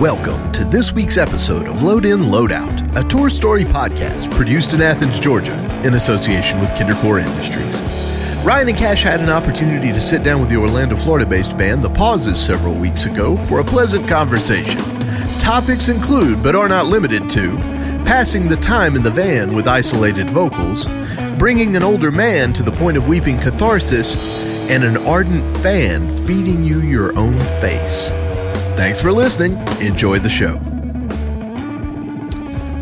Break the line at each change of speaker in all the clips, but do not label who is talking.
Welcome to this week's episode of Load In, Load Out, a tour story podcast produced in Athens, Georgia, in association with Kindercore Industries. Ryan and Cash had an opportunity to sit down with the Orlando, Florida based band The Pauses several weeks ago for a pleasant conversation. Topics include, but are not limited to, passing the time in the van with isolated vocals, bringing an older man to the point of weeping catharsis, and an ardent fan feeding you your own face. Thanks for listening. Enjoy the show.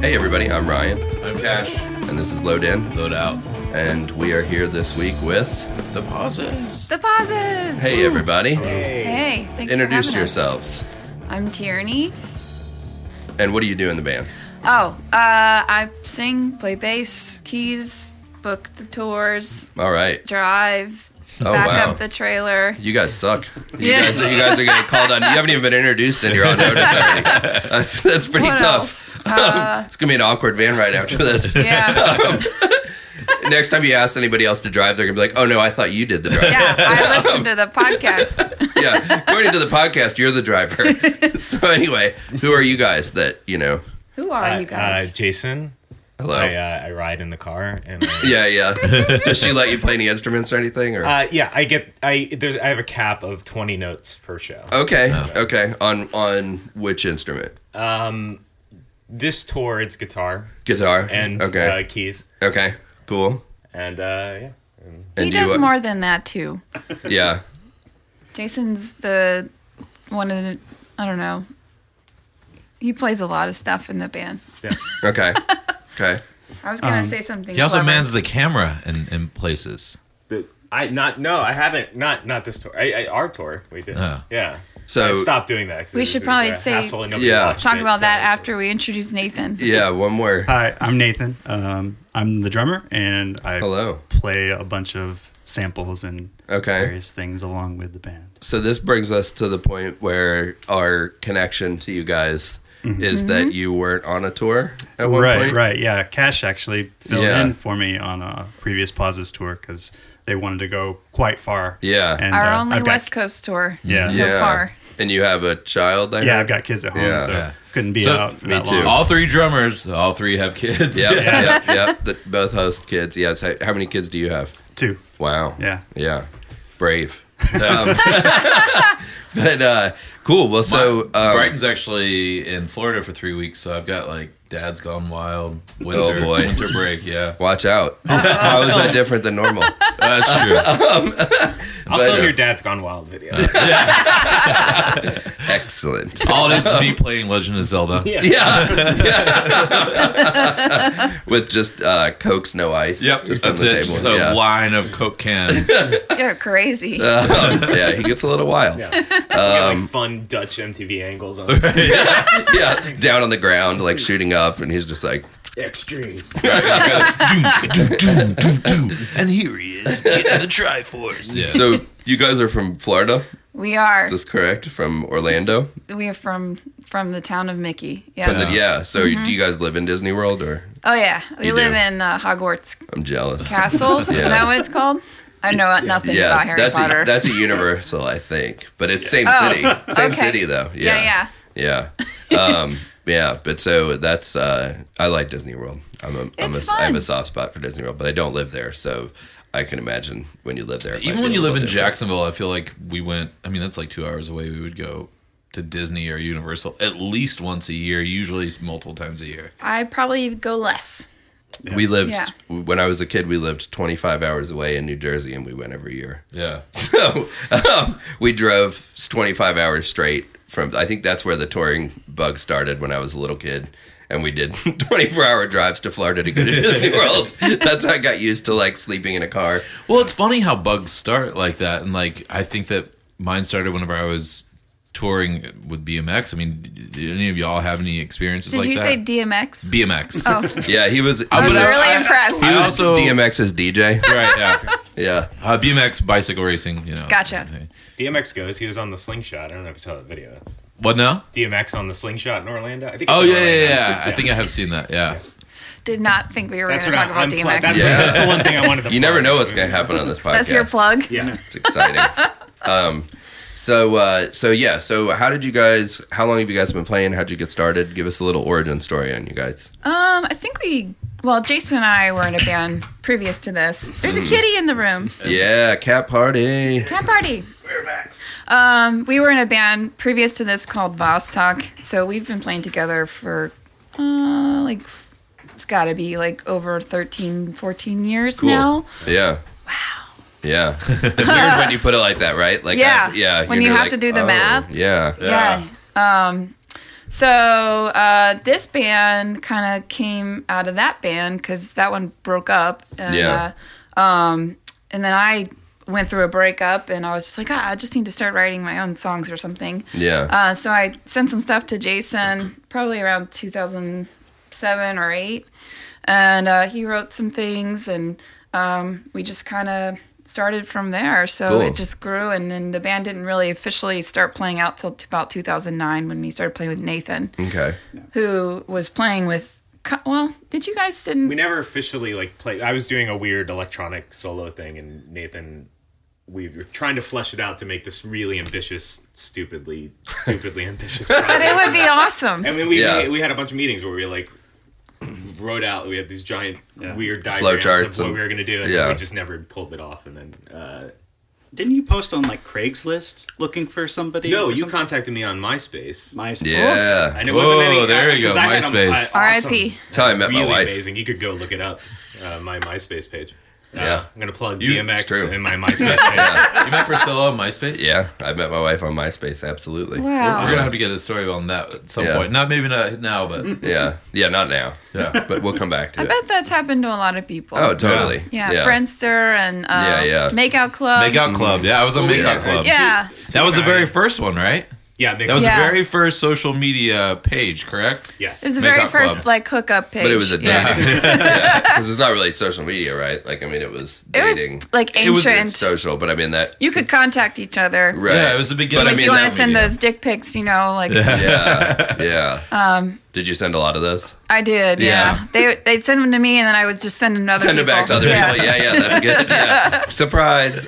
Hey everybody, I'm Ryan,
I'm Cash.
and this is Load In,
Load out.
and we are here this week with.
The pauses.
The pauses.
Hey everybody,
Hey, thanks
introduce
for having us.
yourselves.
I'm Tierney.
And what do you do in the band?
Oh, uh, I sing, play bass, keys, book the tours,
All right,
drive,
Oh,
back
wow.
up the trailer.
you guys suck. You
Yeah.
guys, you guys are getting called on. You haven't even been introduced, and you're on notice already. That's, that's pretty
What
tough.
else? Uh,
It's gonna be an awkward van ride after this.
yeah,
Next time you ask anybody else to drive, they're gonna be like, "Oh no, I thought you did the drive."
yeah. I listen to the podcast.
yeah. According to the podcast, you're the driver. so anyway, who are you guys? That you know.
Who are you
Uh,
guys?
Jason.
Hello.
I, uh, I ride in the car, and uh,
Yeah, yeah. Does she let you play any instruments or anything? Or
uh, yeah, I get I there's I have a cap of twenty notes per show.
okay, okay. On on which instrument?
This tour, it's guitar
Guitar.
and
okay,
uh, keys,
okay, cool.
and uh, yeah,
And
he
do you,
does
uh,
more than that too.
Yeah,
Jason's the one of the. I don't know. He plays a lot of stuff in the band.
okay, okay.
I was gonna
Um,
say something.
He also
clever.
mans the camera in, in places.
The- I not no, I haven't not not this tour. I, I our tour we did.
Oh.
Yeah,
Uh. So-
I stopped doing that. 'cause
We
it
should
was- it was
probably
a
say-
hassle and nobody
Yeah.
watched
Talk
it,
about
so-
that after we introduce Nathan.
Yeah, one more.
Hi, I'm Nathan. Um, I'm the drummer, and I
Hello.
play a bunch of samples and
Okay.
various things along with the band.
So this brings us to the point where our connection to you guys is
Mm-hmm.
that you weren't on a tour at one
Mm-hmm. right,
point.
right, yeah. Cash actually filled
Yeah.
in for me on a previous pauses tour because they wanted to go quite far.
Yeah.
and,
Our
uh,
only
I've got-
West Coast tour.
Yeah.
So
yeah.
far.
And you have a child. I
Yeah,
heard?
I've got kids at home,
Yeah.
so
Yeah.
couldn't be
So-
out. For
Me
that
too.
long.
All three drummers, all three have kids.
Yep,
Yeah.
yep, yep. The, both host kids. Yes. How, how many kids do you have?
Two.
Wow.
Yeah.
Yeah. Brave. Um, but uh, cool. Well, so um,
Brighton's actually in Florida for three weeks, so I've got like Dad's Gone Wild, winter,
Oh, boy.
winter break. Yeah,
watch out.
Oh,
How is that different than normal?
that's true.
I'll
But,
film
uh,
your dad's gone wild video.
Excellent.
All it is is me playing Legend of Zelda.
yeah.
Yeah. Yeah. With just uh, Cokes, no ice.
Yep,
Just
that's it. Just a
yeah.
line of Coke cans.
You're crazy.
Um, yeah, he gets a little wild.
Yeah.
Yeah.
We got,
Um,
like, fun Dutch MTV angles on it.
down on the ground, like shooting up, and he's just like,
extreme.
and here he is, getting the Triforce. Yeah.
"So you guys are from Florida?
we are.
Is this correct? From Orlando?
We are from from the town of Mickey. Yeah.
From the- yeah. So you- do you guys live in Disney World, or
oh yeah. We
You
live
do.
in uh, Hogwarts
I'm jealous.
Castle. Is that what it's called? I know nothing about Harry
that's
Potter.
A, that's a Universal, I think, but it's same
Oh,
city, same
okay.
city though.
yeah.
Yeah,
yeah,
yeah, yeah. Um, yeah, but so that's uh, I like Disney World. I'm a, I'm a,
It's
I have a
fun.
soft spot for Disney World, but I don't live there, so I can imagine when you live there. it might
Even
be
when
a
you live
little
in
different.
Jacksonville, I feel like we went. I mean, that's like two hours away. We would go to Disney or Universal at least once a year, usually multiple times a year.
I probably go less.
we lived
Yeah.
when I was a kid. We lived 25 hours away in New Jersey, and we went every year.
Yeah.
So um, we drove 25 hours straight from. I think that's where the touring bug started when I was a little kid, and we did 24 hour drives to Florida to go to Disney World. That's how I got used to like sleeping in a car.
Well, it's funny how bugs start like that, and like I think that mine started whenever I was touring with BMX. I mean, did any of y'all have any experiences
Did
like
you
that?
say DMX?
BMX.
oh,
Yeah, he was.
I was
he was,
really impressed.
I
he was
also
DMX's DJ.
right, yeah,
Yeah,
uh, BMX bicycle racing. You know,
Gotcha.
DMX goes. He was on the slingshot. I don't know if you saw that video. It's-
What now?
DMX on the slingshot in Orlando. I think it's
Oh
in
yeah, yeah,
Orlando.
yeah. I think I have seen that. Yeah,
Did not think we were going
that's
to
what
talk
I'm,
about
I'm
DMX.
plug- That's,
Yeah.
what, that's the one thing I wanted to.
you never
plug.
know what's going to happen on this podcast.
That's your plug.
Yeah,
It's exciting. um, So uh, so yeah. So how did you guys? How long have you guys been playing? How'd you get started? Give us a little origin story on you guys.
Um, I think we. Well, Jason and I were in a band previous to this. There's
Mm.
a kitty in the room.
Yeah, cat party.
Cat party. We're Max. Um, we were in a band previous to this called Vostok. So we've been playing together for uh, like it's got to be like over 13, 14 years now.
Yeah. Wow. Yeah. It's weird when you put it like that, right? Like
Yeah.
I- yeah.
When
you're
you have
like,
to do the
oh,
math.
Yeah.
Yeah. Um, so uh, this band kind of came out of that band because that one broke up. And,
Yeah.
Uh, um, and then I went through a breakup and I was just like, ah, I just need to start writing my own songs or something.
Yeah.
Uh, so I sent some stuff to Jason probably around 2007 or 8. And uh, he wrote some things and um, we just kind of started from there. So
Cool.
it just grew. And then the band didn't really officially start playing out till t- about 2009 when we started playing with Nathan,
Okay.
who was playing with. co- Well, did you guys didn't?
We never officially like played. I was doing a weird electronic solo thing, and Nathan, we were trying to flesh it out to make this really ambitious, stupidly, stupidly ambitious.
but it
Project.
would be awesome.
And then we
Yeah.
we had a bunch of meetings where we like wrote out. We had these giant weird
Flow
diagrams
charts
of what
and-
we were gonna do, and
yeah.
we just never pulled it off. And then uh,
Didn't you post on like Craigslist looking for somebody?
no,
or
you
something?
contacted me on MySpace.
MySpace.
Yeah.
And it
Whoa,
wasn't any,
Oh, there you go,
'cause I had a-
MySpace.
a awesome-
R.I.P..
That's how I met
really
my wife.
amazing. You could go look it up. Uh, my MySpace page. Uh,
Yeah.
I'm gonna plug
You- it's true.
DMX in my MySpace page.
You met Priscilla on MySpace?
Yeah. I met my wife on MySpace. Absolutely.
Wow.
We're gonna have to get a story on that at some
Yeah.
point. Not maybe not now, but
Mm.
Yeah. Yeah. Not now.
yeah.
But we'll come back to
I
it.
bet that's happened to a lot of people.
oh, totally.
yeah, Friendster and um,
Yeah, yeah.
Makeout Club.
Makeout Club. Yeah, I was on
Oh,
Well, we-
Makeout Club.
Um, Yeah.
That was the very first one, right?
yeah, big
That was
Yeah.
the very first social media page, correct?
yes.
It was the very
Makeout
first
Club.
like hookup page.
But it was a dating.
Yeah.
Yeah. Because it's not really social media, right? Like, I mean, it was
It
dating.
was like
It was
ancient.
social, but I mean that.
you could contact each other.
Right.
Yeah, it was the beginning.
But I
Like
mean,
you want
that
to send
media.
those dick pics, you know? Like
yeah, yeah. Um, did you send a lot of those?
I did. Yeah.
Yeah.
They they'd send them to me, and then I would just send them to other
Send it
people.
back to other people. Yeah, yeah, that's good. Yeah, surprise.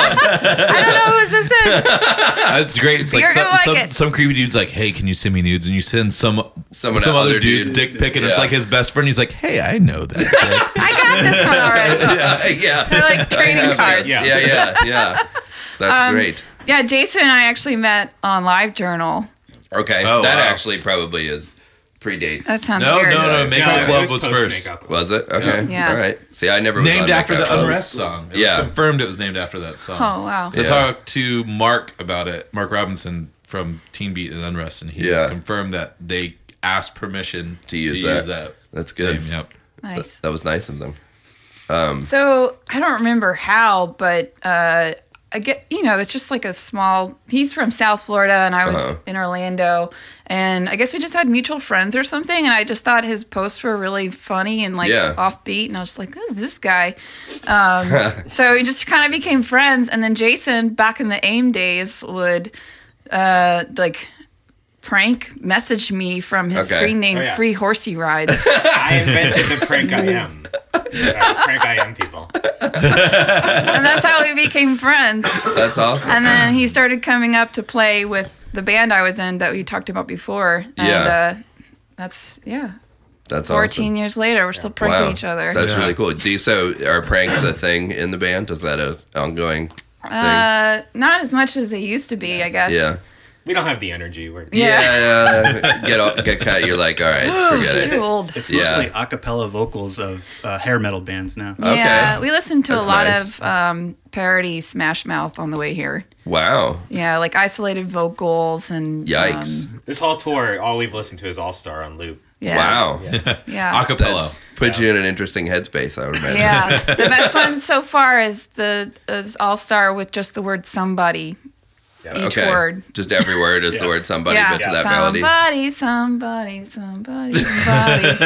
I don't know who's this is.
That's great. It's like
You're
some,
gonna like
some,
it.
some creepy dude's like, "Hey, can you send me nudes?" And you send some
Someone
some
other
other dude's
dude.
dick pic, and it's
Yeah.
like his best friend. He's like, "Hey, I know that."
I got this one already.
yeah,
They're like trading cards. Um,
Yeah.
Yeah.
yeah, yeah, yeah. That's great.
Jason and I actually met on Live Journal.
Okay,
Oh,
that
wow.
actually probably is predates.
That sounds
no,
weird.
no, no. Makeout
Yeah, it
Club was
post
first,
Makeout Club.
was it? Okay,
Yeah.
all right. See, I never was
named
on
after
Makeout
the
Club.
unrest song. It was
Yeah.
confirmed it was named after that song.
Oh wow.
So
Yeah.
I talked to Mark about it, Mark Robinson from Teen Beat and Unrest, and he
Yeah.
confirmed that they asked permission
To use that. That's good.
name. Yep.
Nice.
That, that was nice of them.
So I don't remember how, but uh, I get you know it's just like a small. He's from South Florida, and I was
Uh-huh.
in Orlando, and I guess we just had mutual friends or something. And I just thought his posts were really funny and like
Yeah.
offbeat, and I was just like, "Who's this guy?" Um, so we just kind of became friends. And then Jason, back in the AIM days, would uh, like prank message me from his
Okay.
screen name
Oh, yeah.
Free Horsey Rides.
I invented the prank I am. Uh, prank I am people.
and that's how we became friends.
That's awesome.
and then he started coming up to play with the band I was in that we talked about before. And
Yeah.
uh, that's yeah.
That's awesome.
Fourteen years later, we're still pranking each other.
That's
Yeah.
really cool. Do you, so are pranks a thing in the band? Is that a ongoing thing?
uh, not as much as they used to be, I guess.
yeah.
We don't have the energy. We're
Yeah.
Yeah, yeah. get off, get cut. You're like, all right, forget
Too
it.
old.
It's
Yeah. Uh,
mostly a cappella vocals of uh, hair metal bands now.
Yeah, we listened to
That's
a lot
nice.
of um, parody Smash Mouth on the way here.
Wow.
Yeah, like isolated vocals and
Yikes.
um,
This whole tour, all we've listened to is All Star on loop.
yeah,
Wow.
yeah,
Acapella.
That's put you in an interesting headspace, I would imagine.
yeah. The best one so far is the is All Star with just the word somebody each
Okay.
word.
Just every word is the word somebody, but to that
somebody,
melody.
somebody, somebody, somebody.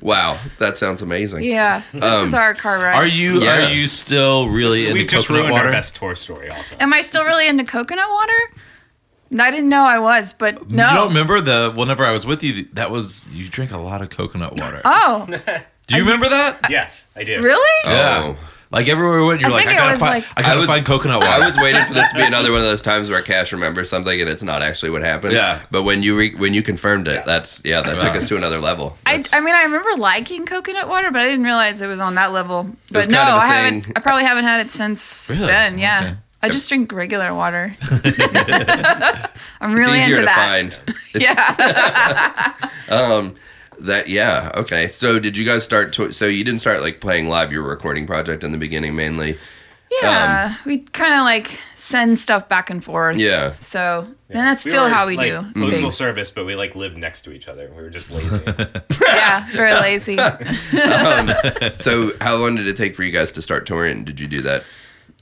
Wow, that sounds amazing.
yeah, this
Um,
is our car ride.
Are you
Yeah.
are you still really into
We've just
coconut
ruined
water?
our best tour story. Also,
Am I still really into coconut water? I didn't know I was, but no.
You don't remember the whenever I was with you? That was you drink a lot of coconut water.
oh,
Do you remember that?
yes, I did.
really?
Oh,
Yeah. Like everywhere we went, you're
I
like,
think
I
it
gotta,
was
find,
like-
I gotta
I was-
find coconut water.
I was waiting for this to be another one of those times where Cash remembers something and it's not actually what happened.
Yeah.
But when you re- when you confirmed it, that's yeah, that took us to another level.
I,
That's-
I mean, I remember liking coconut water, but I didn't realize it was on that level.
was
But no,
kind of a
I
thing.
haven't. I probably haven't had it since
Really?
then. Yeah,
Okay.
I just drink regular water. I'm
it's
really
easier to
into that.
find.
Yeah,
That yeah okay. So did you guys start? To, so you didn't start like playing live. You were a recording project in the beginning mainly. Um,
yeah. we kind of like send stuff back and forth.
Yeah.
So then that's
We
still
were,
how we
like, Mm-hmm.
do.
Mm-hmm.
Postal
things.
service, but we like lived next to each other. We were just lazy.
yeah, very lazy.
So how long did it take for you guys to start touring? Did you do that?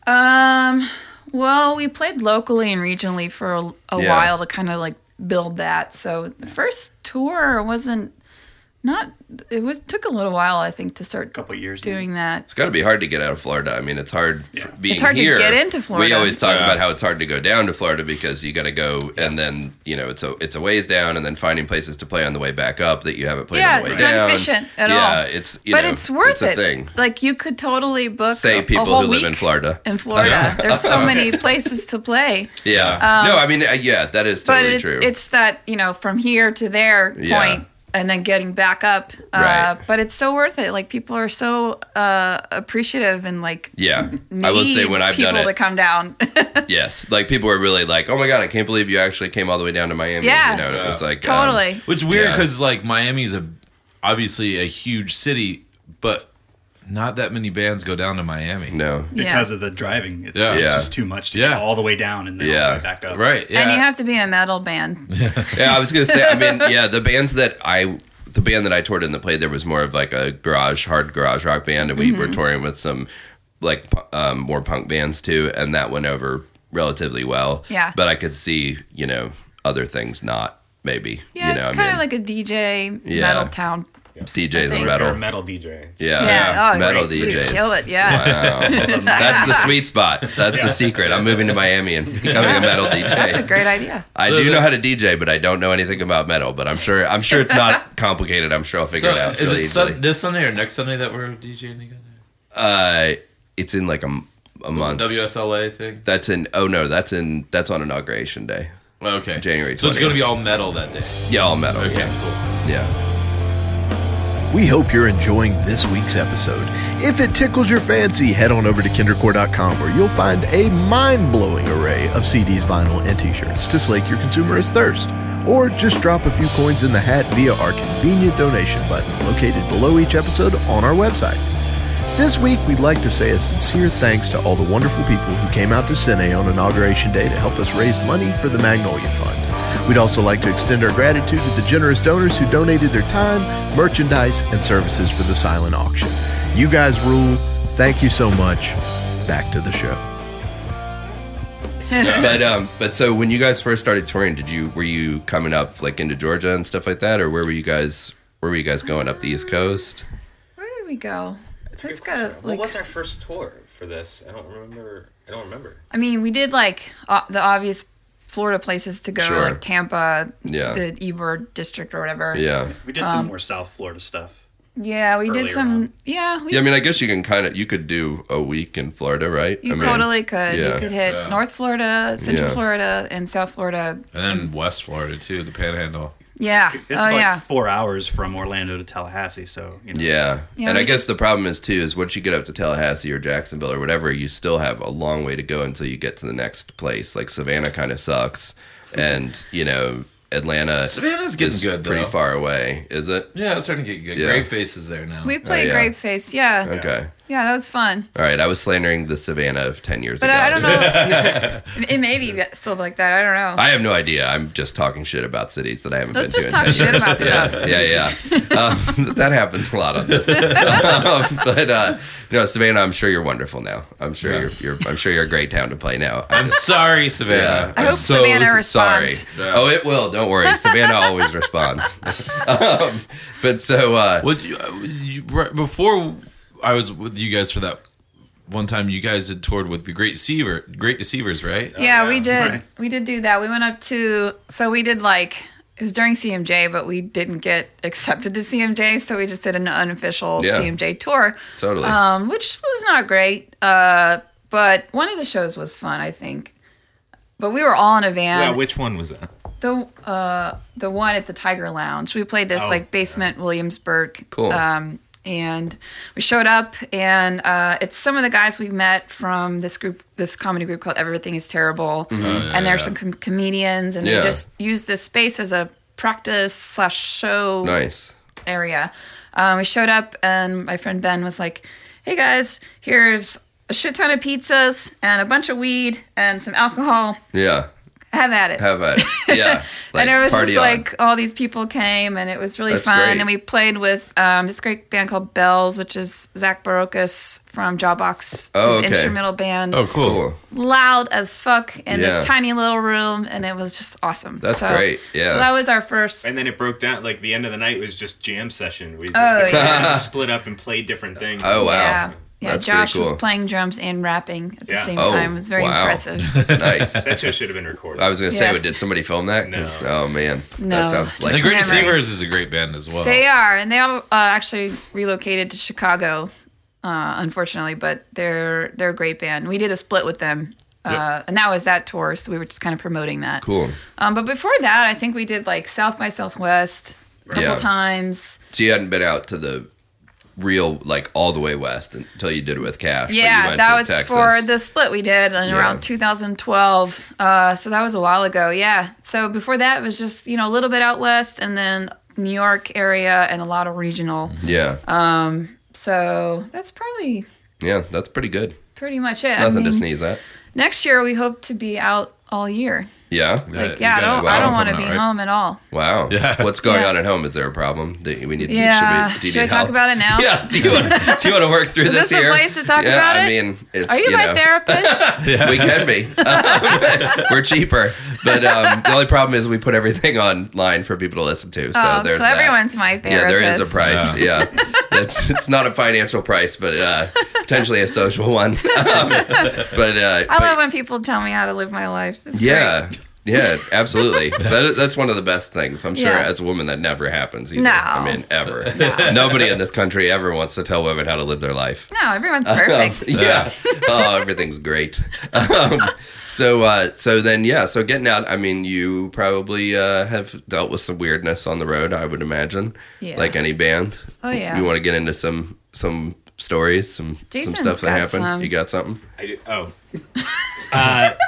Um, well, we played locally and regionally for a, a
Yeah.
while to kind of like build that. So the first tour wasn't not it was took a little while I think to start
couple years.
doing that.
It's got to be hard to get out of Florida. I mean, it's hard f- being
It's hard to
here.
get into Florida.
We always talk
Yeah.
about how it's hard to go down to Florida because you got to go and then you know it's a it's a ways down and then finding places to play on the way back up that you haven't played
Yeah,
on the way
it's not
down.
efficient at all.
yeah, it's you
but
know,
it's worth
a
it.
Thing.
Like you could totally book
Say
a, a
people
whole
who live
week
in Florida.
In Florida, there's so many places to play.
Yeah. no, I mean uh, yeah, that is
Um, but
totally
it-
true.
it's that you know from here to there
Yeah.
point and then getting back up uh,
Right.
but it's so worth it like people are so uh, appreciative and like
yeah. I will say
need
when I've
people
done it um,
to come down
Yes, like people were really like, "Oh my god, I can't believe you actually came all the way down to Miami."
Yeah.
you know, and it was like um,
totally
Which is weird
Yeah.
because like Miami's a obviously a huge city, but not that many bands go down to Miami.
no,
Because of the driving, it's,
Yeah.
it's
Yeah.
just too much to
Yeah.
get all the way down and then all
Yeah.
the way back up.
Right? Yeah.
and you have to be in a metal band
yeah, I was gonna say, I mean, yeah, the bands that I, the band that I toured in that played there was more of like a garage, hard garage rock band, and we were
Mm-hmm.
touring with some like pu- um, more punk bands too, and that went over relatively well.
Yeah.
but I could see, you know, other things not maybe.
yeah
you know,
it's
I
kind
mean,
of like a dj
Yeah.
metal town
DJs
I
and
think-
You're a
metal.
metal DJ. It's-
Yeah,
yeah, oh,
metal
you
DJs.
kill it yeah
That's the sweet spot. That's the secret. I'm moving to Miami and becoming a metal DJ.
that's a great idea
I
So
do
the-
know how to DJ, but I don't know anything about metal. But I'm sure I'm sure it's not complicated. I'm sure I'll figure
so
it out.
is
really
it sun-
easily.
this Sunday or next Sunday that we're DJing together?
uh, it's in like a, m- a month.
WSLA thing.
that's in oh no, that's in that's on inauguration day.
Okay.
January
So it's
20th.
gonna be all metal that day.
Yeah, all metal.
Okay.
Yeah.
Cool.
yeah.
We hope you're enjoying this week's episode. If it tickles your fancy, head on over to kindercore.com where you'll find a mind blowing array of CDs, vinyl, and t shirts to slake your consumerist thirst. Or just drop a few coins in the hat via our convenient donation button located below each episode on our website. This week, we'd like to say a sincere thanks to all the wonderful people who came out to Cine on Inauguration Day to help us raise money for the Magnolia Fund. We'd also like to extend our gratitude to the generous donors who donated their time, merchandise, and services for the silent auction. You guys rule. Thank you so much. Back to the show.
but um, but so when you guys first started touring, did you were you coming up like into Georgia and stuff like that, or where were you guys? Where were you guys going up the East Coast?
where did we go
it's a
let's
good question.
go
What
like
was our first tour for this? I don't remember. I don't remember.
I mean, we did like uh, the obvious Florida places to go,
Sure.
like Tampa,
Yeah.
the Ybor district or whatever.
Yeah.
We did
Um,
some more South Florida stuff.
Yeah, we did
Earlier
some.
on.
Yeah, we,
Yeah, I mean, I guess you can kind of you could do a week in Florida, right?
you
I mean,
totally could.
yeah.
You could hit
Yeah.
North Florida, Central
Yeah.
Florida, and South Florida.
And then West Florida too, the Panhandle.
Yeah.
It's
oh
like
yeah.
four hours from Orlando to Tallahassee, so you know.
Yeah.
Yeah,
and
we
I guess the problem is too is once you get up to Tallahassee or Jacksonville or whatever, you still have a long way to go until you get to the next place. Like Savannah kind of sucks, and you know Atlanta
Savannah's getting
is
good,
pretty
though.
far away. Is it?
Yeah, it's starting to get good.
Yeah.
Gray Face is there now.
We played
Oh, yeah.
Grapeface. Yeah.
Okay.
Yeah, that was fun.
All right. I was slandering the Savannah of ten years
But
ago.
I, I don't know. it may be still like that. I don't know.
I have no idea. I'm just talking shit about cities that I haven't
Let's
been to.
just
in
talk
10
shit
years.
about stuff.
yeah, yeah. Um, that happens a lot on this. Um, but uh, no, Savannah, I'm sure you're wonderful now. I'm sure you're, you're. I'm sure you're a great town to play now.
I'm sorry,
Yeah,
Savannah.
I hope Savannah
sorry.
responds.
Yeah.
Oh, it will. Don't worry. Savannah always responds. um, but so uh,
What you, uh, you, right before I was with you guys for that one time, you guys had toured with the Great Deceiver, Great Deceivers, Oh, right?
yeah, we did.
Right.
We did do that. We went up to so we did like it was during CMJ, but we didn't get accepted to CMJ, so we just did an unofficial
Yeah.
CMJ tour,
Totally.
um, which was not great. Uh, but one of the shows was fun, I think. But we were all in a van.
Yeah, which one was that?
The uh the one at the Tiger Lounge. We played this
Oh,
like basement Williamsburg.
Cool.
Um and we showed up and uh it's some of the guys we met from this group this comedy group called Everything is Terrible.
Mm-hmm.
and there's some com- comedians and
Yeah.
they just used this space as a practice slash show
nice.
area. Um, we showed up, and my friend Ben was like, "Hey guys, here's a shit ton of pizzas and a bunch of weed and some alcohol.
Yeah.
Have at it."
Have at it. Yeah.
and it was
party on.
just like all these people came, and it was really
That's
fun.
great.
And we played with um, this great band called Bells, which is Zach Barocas from Jawbox,
Oh,
his
okay.
instrumental band.
Oh, cool.
cool.
Loud as fuck in
Yeah.
this tiny little room, and it was just awesome.
That's great, yeah.
So that was our first.
And then it broke down. Like the end of the night was just jam session. We just,
Oh,
like,
yeah.
just split up and played different things.
Oh, wow.
Yeah. Yeah,
That's pretty
Josh
cool.
was playing drums and rapping at the
Yeah.
same
Oh,
time. It was very
wow.
impressive.
Nice.
That show should have been recorded.
I was gonna say,
Yeah.
did somebody film that? 'Cause-
No.
Oh man,
No.
that sounds
Just
like
The Great
memories.
Seavers is a great band as well.
they are, and they all uh, actually relocated to Chicago, uh, unfortunately, but they're they're a great band. We did a split with them, uh, and that was that tour, so we were just kind of promoting that.
cool.
Um, but before that, I think we did like South by Southwest a couple
Yeah.
times.
So you hadn't been out to the real, like all the way west until you did it with Cash. but you
Yeah,
went
that
to
was
Texas.
for the split we did in
Yeah.
around 2012. Uh, so that was a while ago. Yeah. So before that it was just you know a little bit out west, and then New York area, and a lot of regional.
Yeah,
Uh, So that's probably
yeah, that's pretty good.
pretty much it. I
Nothing
mean,
to sneeze at.
Next year we hope to be out all year.
Yeah.
Yeah,
Like
you
yeah,
got
I don't
a
I don't
album
want to be
coming out, right?
home at all.
Wow.
Yeah.
What's going
Yeah.
on at home? Is there a problem that we need?
Yeah.
Should, we, do you
Should I
need
talk
help?
about it now?
Yeah. Do you want, do you want to work through
Is
this
this the
here?
place to talk
yeah,
about
I
it?
mean, it's
Are you, my
know,
therapist? Um,
We can be. We're cheaper, but um, the only problem is we put everything online for people to listen to. So
oh, so
there's that.
everyone's my therapist.
Yeah, there is a price. Yeah, it's it's not a financial price, but uh, potentially a social one. Um, but uh,
I
but-
love when people tell me how to live my life. It's great.
yeah. Yeah, absolutely. That, that's one of the best things. I'm sure
Yeah.
as a woman that never happens either.
No.
I mean, ever. Nobody in this country ever wants to tell women how to live their life.
No, everyone's perfect.
Um, yeah. oh, everything's great. Um, so, uh, so then, yeah. So getting out. I mean, you probably uh, have dealt with some weirdness on the road. I would imagine.
Yeah.
Like any band.
Oh, yeah.
You want to get into some some stories, some
Jason's
some stuff that
got
happened.
some.
You got something?
I do, oh. uh,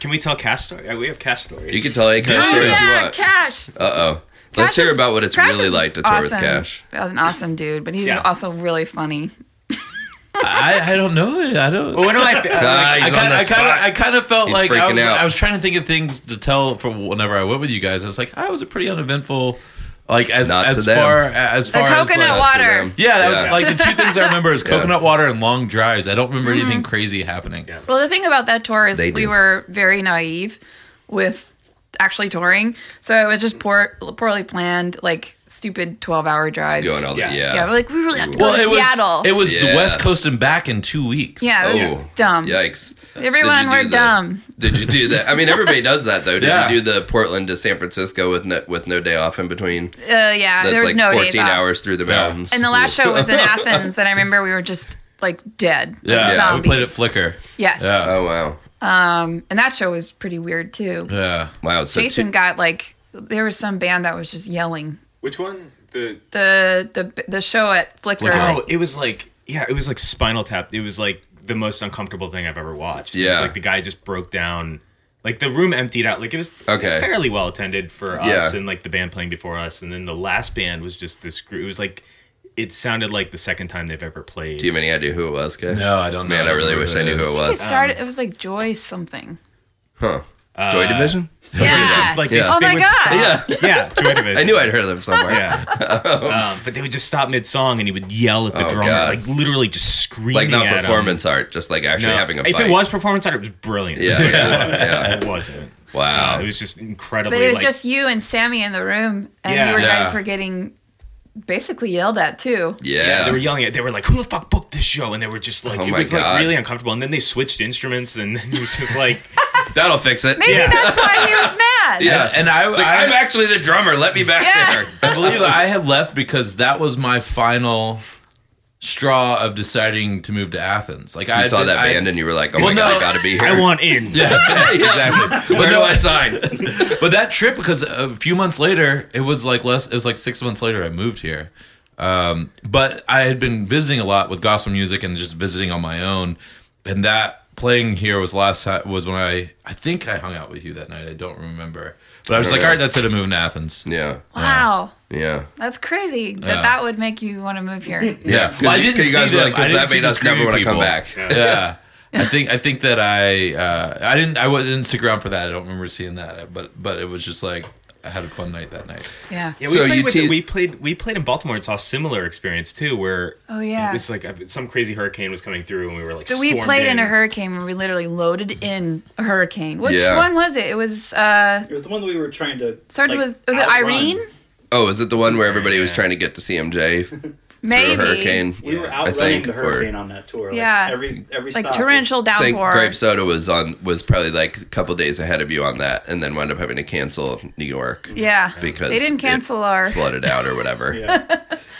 can we tell cash story? Uh, We have cash stories.
You can tell any kind of
Oh
stories you
yeah,
want.
Cash.
uh oh. Let's
Cash
hear
is-
about what it's
Cash
really
is
like to tour with
awesome.
Cash.
That was an awesome dude, but he's
Yeah.
also really funny.
I, I don't know. it. I don't.
Well, what do I? Fa-
Ah,
uh,
he's
I
on
kind
the
of, I kind
spot.
of, I kind of felt
He's
like I
freaking
was,
out.
I was trying to think of things to tell for whenever I went with you guys. I was like, I was a pretty uneventful, like as
Not to
as
them.
far as
The
far as
coconut
like,
to
water.
them.
Yeah, that
Yeah.
was like the two things I remember is coconut water and long drives. I don't remember
Mm-hmm.
anything crazy happening.
Yeah.
Well, the thing about that tour is
They
we
do.
were very naive with actually touring, so it was just poor, poorly planned, like stupid twelve-hour drives.
Going all the
Yeah.
yeah.
yeah, we're like we really have to go
Well,
to
it
Seattle.
was it was
Yeah.
the West Coast and back in two weeks.
yeah, it was
Oh,
dumb.
Yikes. Did
Everyone,
you
we're
do the-
dumb.
Did you do that? I mean, everybody does that though. Did
Yeah.
you do the Portland to San Francisco with no, with no day off in between?
Uh, yeah,
That's
there was
like
no
14
days off.
hours through the mountains.
And the last show was in Athens, and I remember we were just like dead.
yeah.
like
we played at
zombies.
Flickr.
Yes.
Yeah.
Oh wow,
And that show was pretty weird too.
Yeah,
wow. So
Jason
two-
got like there was some band that was just yelling.
Which one? The
The the the show at Flickr.
oh,
like-
it was like yeah, it was like Spinal Tap. It was like the most uncomfortable thing I've ever watched. It was
Yeah.
like the guy just broke down. Like the room emptied out. Like it was
Okay.
fairly well attended for us
Yeah.
and like the band playing before us. And then the last band was just this group. It was like it sounded like the second time they've ever played.
do you have any idea who it was, guys?
No, I don't know.
Man,
I
I
don't
really
remember
wish
who
I
it
knew who
is.
it
Oh,
it
was.
um,
started. It was like Joy something.
Huh? Joy Division.
Yeah.
Just like
Yeah.
these-
oh
they
my
would
god.
stop-
Yeah,
Yeah, Joy Division.
I knew I'd heard of them somewhere.
Yeah. um, but they would just stop mid song and he would yell at the
Oh,
drummer,
God.
like literally just screaming.
Like not
at him.
performance art, just like actually
No.
having a fight.
If it was performance art, it was brilliant.
yeah, yeah, yeah.
it wasn't.
Wow.
Uh, it was just incredibly.
But it was
like,
just you and Sammy in the room, and
Yeah.
you were
Yeah.
guys were getting basically yelled at too.
yeah.
Yeah, they were yelling at. They were like, "Who the fuck booked this show?" And they were just like,
Oh
it
my
was
God.
like really uncomfortable. And then they switched instruments, and it was just like,
That'll fix it.
Maybe
Yeah.
that's why he was dad.
Yeah,
And I-
It's like,
I-
I'm actually the drummer. Let me back
Yeah.
there.
I believe I had left because that was my final straw of deciding to move to Athens. Like I
You saw
did-
that
I-
band and you were like, oh my
Well,
god,
no.
I gotta be here.
I want in.
yeah, exactly.
Where do
but, no,
I sign?
but that trip, because a few months later, it was like less. It was like six months later, I moved here. Um, but I had been visiting a lot with gospel music and just visiting on my own, and that playing here was last time was when I I think I hung out with you that night. I don't remember, but I was
don't
like,
know.
all right, that's it. I'm moving to Athens.
Yeah,
Wow.
yeah.
That's crazy that
Yeah.
that would make you want to move here.
Yeah,
Well, I
you-
didn't
you guys
see
were
them.
like, 'cause
I didn't
that
see
made
the
us never
screaming
want to come
people.
back.
yeah. I think I think that I uh, I didn't I wa- didn't stick around for that. I don't remember seeing that, but but it was just like I had a fun night that night.
Yeah.
Yeah, we,
So
played
you
with
te-
it- we played we played in Baltimore and saw a similar experience too, where
Oh, yeah.
it was like uh, some crazy hurricane was coming through and we were like
So we
stormed
played in
in
a hurricane where we literally loaded in a hurricane. Which
Yeah.
one was it? It was uh
It was the one that we were trying to
started
like,
with was it
outrun.
Irene?
Oh, is it the one where everybody was
Yeah.
trying to get to CMJ
Maybe.
through a hurricane?
We were
I
outrunning
think,
the
or-
hurricane on that tour. Like,
Yeah.
every every stop
Like
was-
torrential
I think
downpour.
Grape Soda was on was probably like a couple days ahead of you on that, and then wound up having to cancel New York
Yeah.
because
They didn't
it
cancel our
flooded out or whatever.
Yeah.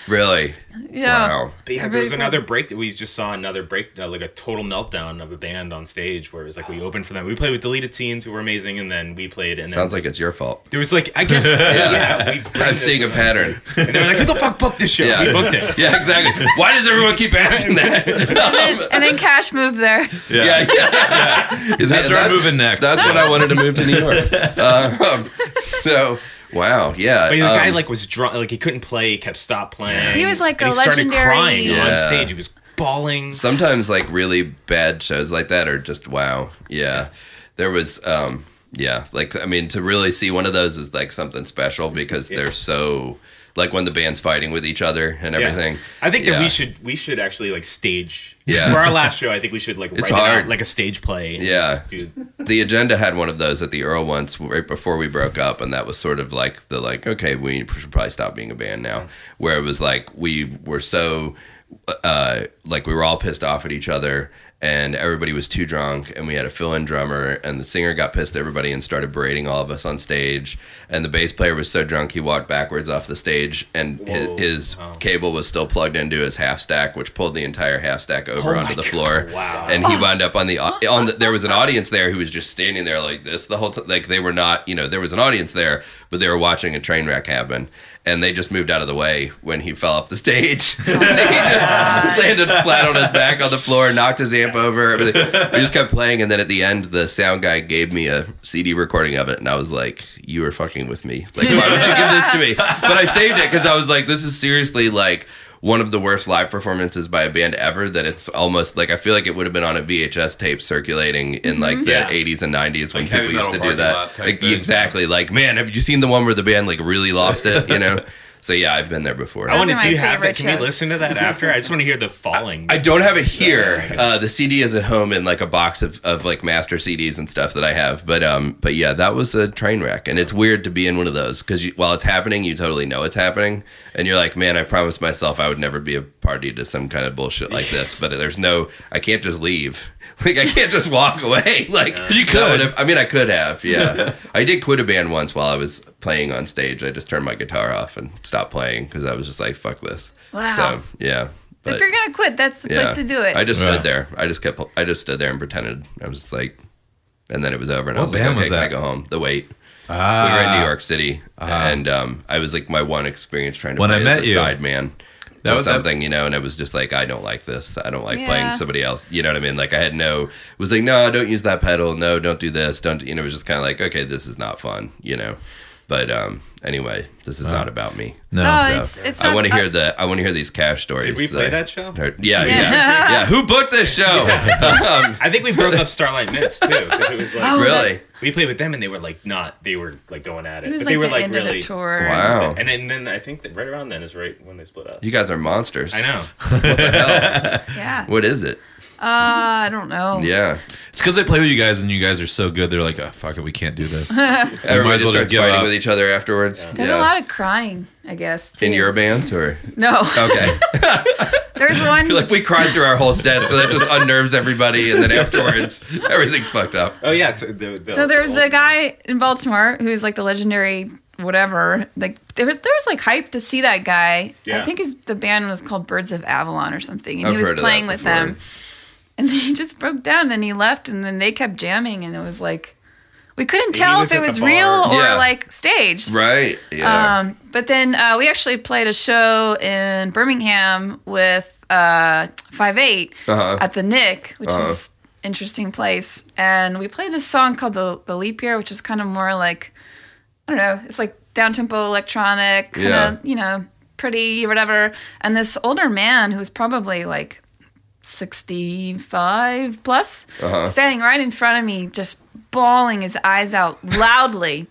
Really?
Yeah.
Wow.
But yeah, there
Everybody
was
played-
another break that we just saw another break, uh, like a total meltdown of a band on stage where it was like we opened for them. We played with Deleted Scenes, who were amazing, and then we played. And
Sounds
then
like it's your fault.
there was like I guess yeah, we
I'm seeing a pattern.
And they were like, who the fuck booked this show?
Yeah.
We booked it.
Yeah, exactly. Why does everyone keep asking that?
and then Cash moved there.
yeah, yeah. Is that-
That's where
that-
I'm moving next.
That's when I wanted to move to New York. Uh, um, so, wow, yeah.
But the
um,
guy like was drunk, like he couldn't play, he kept stop playing.
He was like
and
a
he started
legendary-
crying
Yeah.
on stage. He was bawling.
sometimes like really bad shows like that are just wow yeah there was um yeah like i mean to really see one of those is like something special because they're so like when the band's fighting with each other and
Yeah.
everything
I think that
Yeah.
we should we should actually like stage.
Yeah.
For our last show, I think we should like
It's
write it out
hard.
like a stage play.
Yeah.
Dude,
the agenda had one of those at the earl once right before we broke up and that was sort of like the like okay we should probably stop being a band now where it was like we were so uh like we were all pissed off at each other and everybody was too drunk and we had a fill-in drummer and the singer got pissed at everybody and started berating all of us on stage and the bass player was so drunk he walked backwards off the stage and his,
Whoa.
his cable was still plugged into his half stack which pulled the entire half stack over onto the floor
Oh Wow.
and he wound up on the on the, there was an audience there who was just standing there like this the whole time like they were not you know there was an audience there but they were watching a train wreck happen and they just moved out of the way when he fell off the stage And he just landed flat on his back on the floor knocked his amp over everything. we just kept playing and then at the end the sound guy gave me a cd recording of it and i was like you were fucking with me like why would you give this to me but i saved it because i was like this is seriously like one of the worst live performances by a band ever that it's almost like I feel like it would have been on a VHS tape circulating in like the
Yeah.
80s and 90s when
Like heavy
people used
metal
to do
parking
that.
lot type
Like,
thing.
exactly. Like, man, have you seen the one where the band like really lost it, you know? so yeah, I've been there before.
I want to
are my
do you have
favorite
that. Can we
shows.
listen to that after? I just want to hear the falling.
I don't have it here. Uh, the CD is at home in like a box of, of like master CDs and stuff that I have. But um, but yeah, that was a train wreck, and it's weird to be in one of those because while it's happening, you totally know it's happening, and you're like, man, I promised myself I would never be a party to some kind of bullshit like this. But there's no, I can't just leave. Like I can't just walk away. Like
You
that would
could.
have- I mean, I could have. Yeah, I did quit a band once while I was playing on stage. I just turned my guitar off and stopped playing because I was just like, fuck this.
Wow.
So yeah.
if you're gonna quit, that's the place to do it.
I just
Yeah.
stood there. I just kept. I just stood there and pretended. I was just like, and then it was over, and I
What
was like,
band
okay,
was
can I
that?
go home? The wait.
Ah, Uh-huh.
we were in New York City, and um, I was like, my one experience trying to
When
play
I met
as a
you.
side man.
That
to
was- that-
something, you know, and it was just like I don't like this. I don't like
Yeah.
playing somebody else. You know what I mean? Like I had no. It was like no, don't use that pedal. No, don't do this. Don't. You know, it was just kind of like okay, this is not fun. You know, but um, anyway, this
Uh-huh.
is not about me.
No,
no, it's it's
I
not-
want to hear the. I want to hear these cash stories.
Did we play
Like-
that show?
yeah, yeah, yeah, Who booked this show? um,
I think we broke up Starlight Mist too because it was like
Oh,
really?
we played with them and they were like not they were like going at it,
It was like
but
the
they were like
end of
really
the tour.
Wow.
And then, then I think that right around then is right when they split up.
You guys are monsters.
I know.
What the hell?
Yeah. Uh,
What is it?
I don't know.
Yeah.
It's because they play with you guys and you guys are so good. They're like, oh, fuck it, we can't do this.
Everybody
as
just
well just
starts
give
fighting
up.
with each other afterwards.
There's a lot of crying, I guess.
in
too.
your band or
No,
okay.
there's one.
like we cried through our whole set, so that just unnerves everybody, and then afterwards everything's fucked up.
Oh yeah. T- the, the,
So there's
the
a guy in Baltimore who's like the legendary whatever. Like there was there was like hype to see that guy. I
Yeah.
think his, the band was called Birds of Avalon or something, and
I've
he was
heard of that
playing with
before.
them. And he just broke down. Then he left, and then they kept jamming, and it was like we couldn't
He
tell
was
if it
at the
was
bar.
real or
Yeah.
like staged.
Right. Yeah.
Um, but then uh, we actually played a show in Birmingham with uh, Five Eight
Uh-huh.
at the Nick, which
Uh-huh.
is interesting place. And we played this song called the the Leap Year, which is kind of more like I don't know, it's like down tempo electronic, kind
Yeah.
of you know, pretty whatever. And this older man who's probably like 65 plus
Uh-huh.
standing right in front of me just bawling his eyes out loudly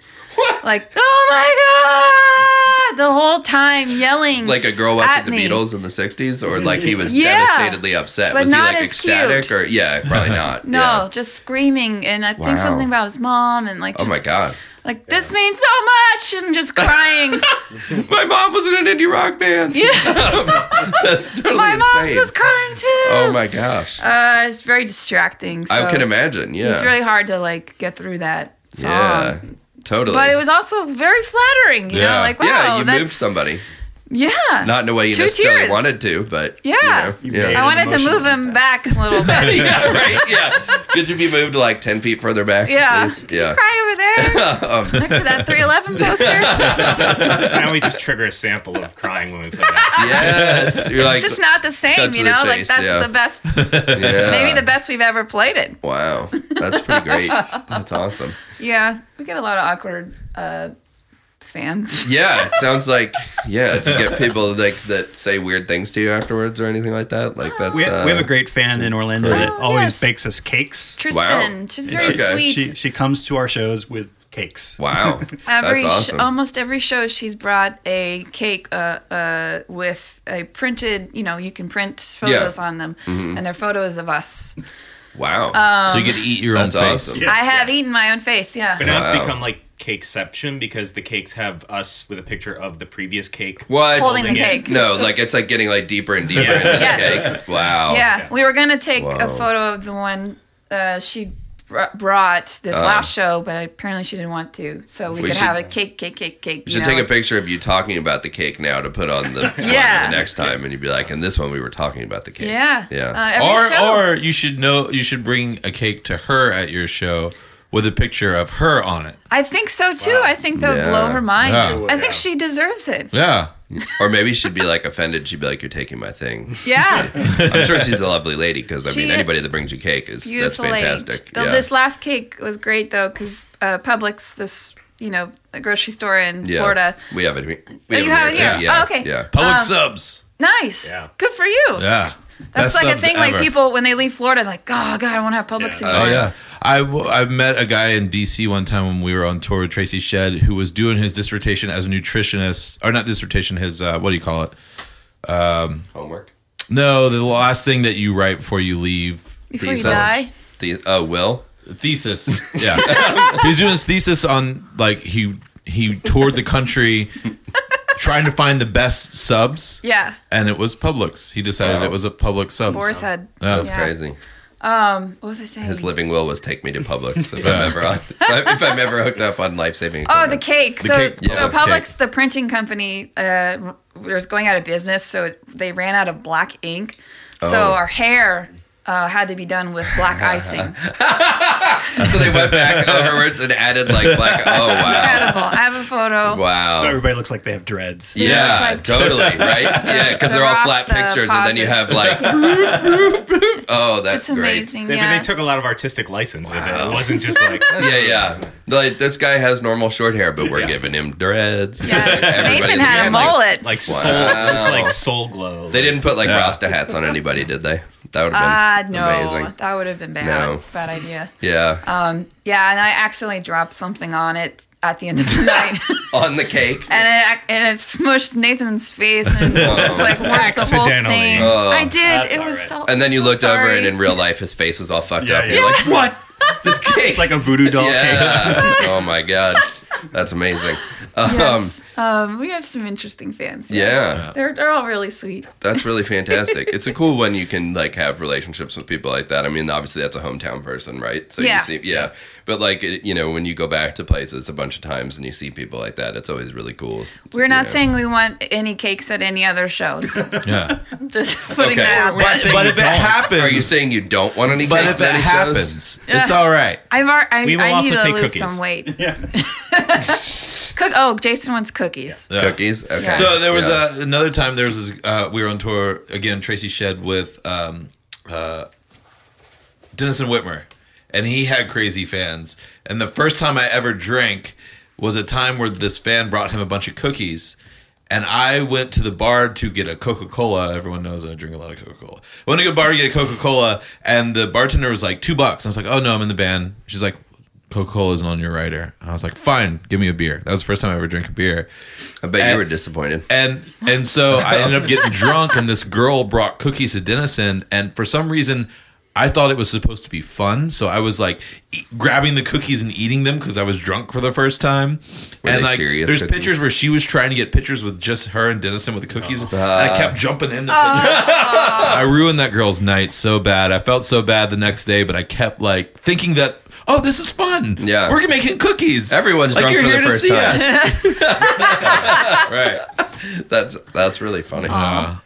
like oh my god the whole time yelling
like a girl watching
at
the
me.
Beatles in the '60s, or like he was
Yeah.
devastatedly upset.
But
was he
not
like
as
ecstatic,
cute.
or yeah, probably not.
no
Yeah.
just screaming and i think
Wow.
something about his mom and like
Oh
just
my god,
like this means so much and just crying
my mom was in an indie rock band. That's totally
my mom
insane.
was crying too
oh my gosh,
uh it's very distracting so
I can imagine. Yeah,
it's really hard to like get through that song
yeah, totally.
but it was also very flattering you know
Yeah.
like wow
yeah, you
that's
moved somebody,
yeah
not in a way you
Two
necessarily
tears.
wanted to, but you
Yeah.
know,
You
yeah.
made
I wanted to
emotional
move him back a little bit.
yeah, right. Yeah, could you be moved like ten feet further back?
Yeah.
please? yeah.
Cry over there
Um,
next to that 311 poster.
now we just trigger a sample of crying when we play that.
yes, you're like
it's just not the same,
cut to
you
the
know? like
chase,
that's
yeah.
the best,
yeah.
maybe the best we've ever played it.
Wow, that's pretty great. That's awesome.
Yeah, we get a lot of awkward uh, fans.
Yeah, it sounds like yeah to get people like that say weird things to you afterwards or anything like that. Like that's
We,
uh,
we have a great fan in Orlando that
Oh,
always
yes.
bakes us cakes.
Tristan, she's very
Okay.
sweet.
She she comes to our shows with cakes.
wow.
every
that's awesome.
sh- almost every show, she's brought a cake uh, uh, with a printed, you know, you can print photos on them,
Mm-hmm.
and they're photos of us.
wow.
uh,
so you get to eat your own
that's
face.
awesome.
Yeah,
I have eaten my own face. Yeah,
But now
Wow.
it's become like cakeception because the cakes have us with a picture of the previous cake.
What?
holding the
Yeah.
cake.
No, like it's like getting like deeper and deeper
Yeah.
into the
Yes.
cake. Wow.
yeah, we were gonna take a
Whoa.
photo of the one uh, she br- brought this last show, but apparently she didn't want to, so we,
Uh. We
could
should-
have a cake, cake, cake, cake.
You should take a picture of you talking about the cake now to put on the, one for
Yeah.
the next time, and you'd be like, "And this one we were talking about the cake."
Yeah, Uh,
yeah.
every
or
show.
or you should know you should bring a cake to her at your show with a picture of her on it.
I think so too. I think that would
Yeah.
blow her mind.
Yeah.
I think she deserves it.
Yeah.
or maybe she'd be like offended. She'd be like, "You're taking my thing."
Yeah,
I'm sure she's a lovely lady because I
She-
mean, anybody that brings you cake is that's
beautiful
fantastic.
lady. The-
yeah.
This last cake was great though, because uh, Publix, this you know grocery store in
yeah.
Florida.
We have it. We,
Oh, you have it
too.
here.
Yeah.
Oh, okay.
Yeah.
Public
Um,
subs.
Nice.
Yeah.
Good for you.
Yeah.
That's
Best
like a
subs
thing. Like
ever.
people when they leave Florida, like, oh god, I want to have Publix
Yeah.
anymore.
Oh yeah. I, w- I met a guy in DC one time when we were on tour with Tracy Shed who was doing his dissertation as a nutritionist or not dissertation his uh, what do you call it?
Homework.
No, the last thing that you write before you leave
Before you
Thesis.
die.
The uh, Will.
thesis. Yeah, he's doing his thesis on like he he toured the country trying to find the best subs.
Yeah.
and it was Publix. He decided
Wow.
it was a Publix subs.
Boar's head.
That's
Yeah.
crazy.
What was I saying?
His living will was take me to Publix if I'm ever on. if I'm ever hooked up on life saving.
Oh, the cake. so,
cake,
so
Publix
Publix, the printing company, uh, was going out of business, so it, they ran out of black ink. So
Oh.
our hair uh, had to be done with black icing.
So they went back overwards and added like like oh wow
Incredible. I have a photo.
wow.
So everybody looks like they have dreads.
Yeah,
Like-
totally, right? Yeah, because
The
they're all flat
Rasta
pictures, and then you have like,
pauses.
oh, that's
It's
great.
amazing.
They,
yeah.
they took a lot of artistic license with it. It wasn't just like
Yeah, yeah. Like this guy has normal short hair, but we're giving him dreads.
yeah.
Everybody
Nathan
in the
had a
band, like-
mullet.
like soul. It was like soul glow.
They didn't put like Rasta hats on anybody, did they? That would
Ah,
have been
no. Um,
amazing.
That would have been bad.
No.
Bad idea.
Yeah.
Yeah, and I accidentally dropped something on it. at the end of the night.
on the cake.
and it ac- and it smushed Nathan's face and just like whacked the whole
Accidentally.
thing.
Oh.
I did.
That's
It was
alright.
so.
And then you
so
looked over
sorry.
and in real life his face was all fucked
Yeah,
up.
yeah.
You're like, what? This cake.
It's like a voodoo doll cake.
yeah. oh my god, that's amazing. Um,
Yes. Um, we have some interesting fans.
Yeah,
They're, they're all really sweet.
that's really fantastic. it's a cool when you can like have relationships with people like that. I mean, obviously that's a hometown person, right? So
Yeah.
you see, yeah. But like it- you know, when you go back to places a bunch of times and you see people like that, it's always really cool.
We're not
You know.
saying we want any cakes at any other shows.
Yeah.
Just putting
Okay.
that out
But,
there.
but if it happens,
Are you saying you don't want any?
But
cakes
if it
at any shows?
happens, it's all right.
I've, ar- I,
We will
I
also
need to
take
lose
cookies.
some weight. Cook. Oh, Jason wants cookies.
Yeah.
cookies. Okay.
So there was
Yeah.
uh another time. There was this, uh, we were on tour again. Tracy Shed with um, uh, Denison Whitmer, and he had crazy fans. And the first time I ever drank was a time where this fan brought him a bunch of cookies. And I went to the bar to get a Coca Cola. Everyone knows I drink a lot of Coca Cola. I went to the bar to get a Coca Cola, and the bartender was like, two bucks. I was like, oh no, I'm in the band. She's like, Coca Cola isn't on your rider. I was like, fine, give me a beer. That was the first time I ever drank a beer
I bet
and-
you were disappointed.
and and so I ended up getting drunk, and this girl brought cookies to Denison, and for some reason. I thought it was supposed to be fun, so I was like e- grabbing the cookies and eating them because I was drunk for the first time.
Were
and
they
like,
serious
there's
cookies?
pictures where she was trying to get pictures with just her and Denison with the cookies,
Oh.
and I kept jumping in the picture. I ruined that girl's night so bad. I felt so bad the next day, but I kept like thinking that, oh, this is fun.
Yeah.
we're making cookies.
Everyone's drunk for the first time.
time, right?
That's that's really funny. Man.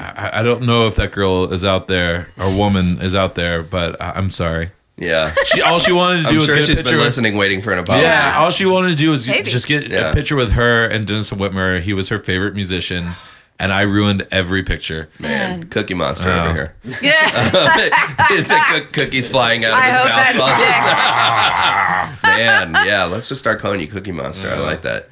I, I don't know if that girl is out there or woman is out there, but I, I'm sorry.
Yeah.
She all she wanted to do
I'm
was
sure
get a
she's
picture.
been
with-
listening, waiting for an apology.
yeah, all she wanted to do was
Maybe.
just get
Yeah.
a picture with her and Denison Whitmer. He was her favorite musician, and I ruined every picture.
Man, Cookie Monster
Oh.
over here.
Yeah.
it's like cook- cookies flying out of
I
his
hope
mouth.
that
Man, yeah, let's just start calling you Cookie Monster. I like that.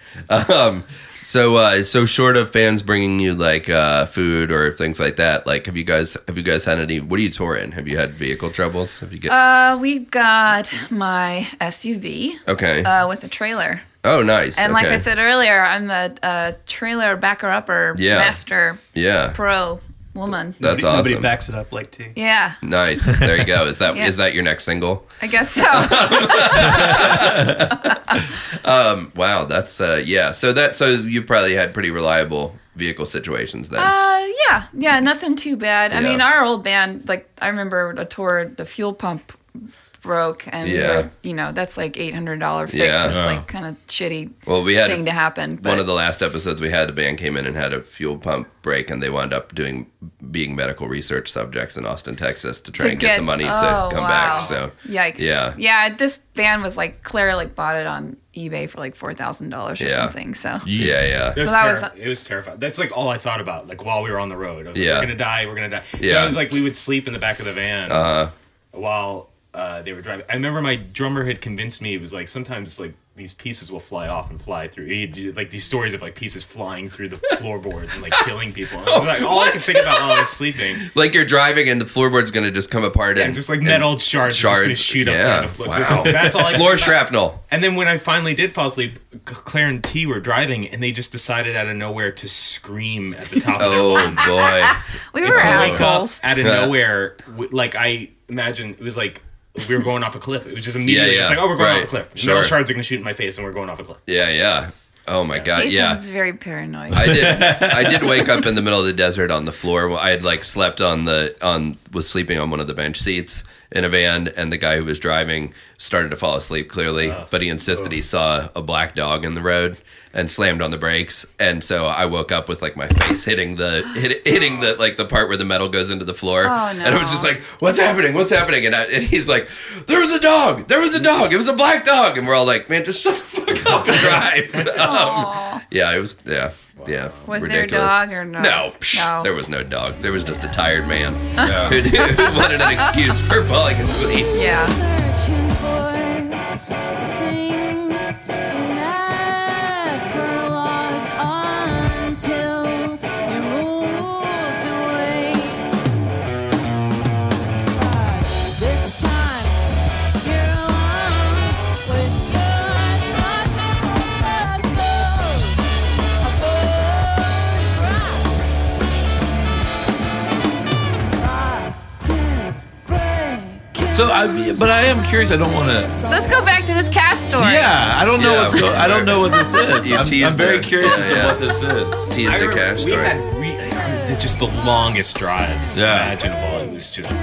Um, so, uh, so short of fans bringing you like uh, food or things like that, like have you guys have you guys had any? What are you touring? Have you had vehicle troubles? Have you get
sticks. Uh, we've got my SUV
okay?
uh, with a trailer.
oh, nice.
And like
okay.
I said earlier, I'm the uh, trailer backer upper
Yeah.
master
yeah,
pro woman.
that's
nobody,
awesome.
Nobody backs it up like T.
Yeah,
nice. There you go. Is that is
Yeah.
that your next single?
I guess so.
Wow, that's uh, yeah. So that so you've probably had pretty reliable vehicle situations then.
Uh, yeah, yeah, nothing too bad. I
Yeah.
mean, our old band, like I remember a tour, the fuel pump broke, and we
Yeah.
were, you know that's like eight hundred dollar fix.
Yeah.
It's
Oh.
like kind of shitty
well, we had
thing to happen. But
one of the last episodes we had, the band came in and had a fuel pump break, and they wound up doing being medical research subjects in Austin, Texas, to try and get, the money
oh,
to come
wow.
back. So
yikes.
yeah.
yeah. This band was like Claire like bought it on eBay for like four thousand dollars or
Yeah.
something. So
yeah, yeah,
It was,
So that was-
terri- it was terrifying. That's like all I thought about, like while we were on the road. I was like,
Yeah.
we're gonna die, we're gonna die.
Yeah.
It was like we would sleep in the back of the van
Uh,
while uh, they were driving. I remember my drummer had convinced me it was like sometimes like these pieces will fly off and fly through. He'd do, like these stories of like pieces flying through the floorboards and like killing people. And I was like, all I could think about while I was sleeping.
like you're driving and the floorboard's gonna just come apart
Yeah,
and
just like metal shards, are
shards,
just gonna shoot
yeah.
up down the floor. So it's all- that's all I
floor
think about.
shrapnel.
And then when I finally did fall asleep, C- Claire and T were driving, and they just decided out of nowhere to scream at the top of their
Oh
lungs.
boy,
we
And
were
to wake up
assholes.
out of
Yeah.
nowhere, w- like I imagine it was like we were going off a cliff. It was just immediately
Yeah,
just
yeah.
like, oh, we're going
Right.
off a cliff.
Sure.
Metal shards are gonna shoot in my face, and we're going off a cliff.
yeah, yeah. Oh my god, yeah.
Jason's very paranoid.
I did. I did wake up in the middle of the desert on the floor. I had like slept on the on was sleeping on one of the bench seats in a van, and the guy who was driving started to fall asleep. Clearly, but he insisted he saw a black dog in the road and slammed on the brakes. And so I woke up with like my face hitting the hit, hitting the like the part where the metal goes into the floor.
Oh,
And I was just
no.
like, "What's happening? What's happening?" And, I, and he's like, "There was a dog. There was a dog. It was a black dog." And we're all like, "Man, just shut the fuck up and drive." Um,
Aw.
yeah, it was. Yeah, yeah.
Was there a
ridiculous.
dog or no?
No, psh,
No.
there was no dog. There was just a tired man who, who wanted an excuse for falling asleep.
yeah.
Searching for the thing you never lost until you moved away. But this time you're alone with your thoughts
So, I, but I am curious. I don't want to.
Let's go back to this cash story.
Yeah, I don't know
Yeah,
what's going. I don't know what this is.
You
I'm,
teased
I'm very
it.
curious as to
Yeah,
what this is.
Teased the cash
we
story.
had re- they're just the longest drives
Yeah.
imaginable. It was just
We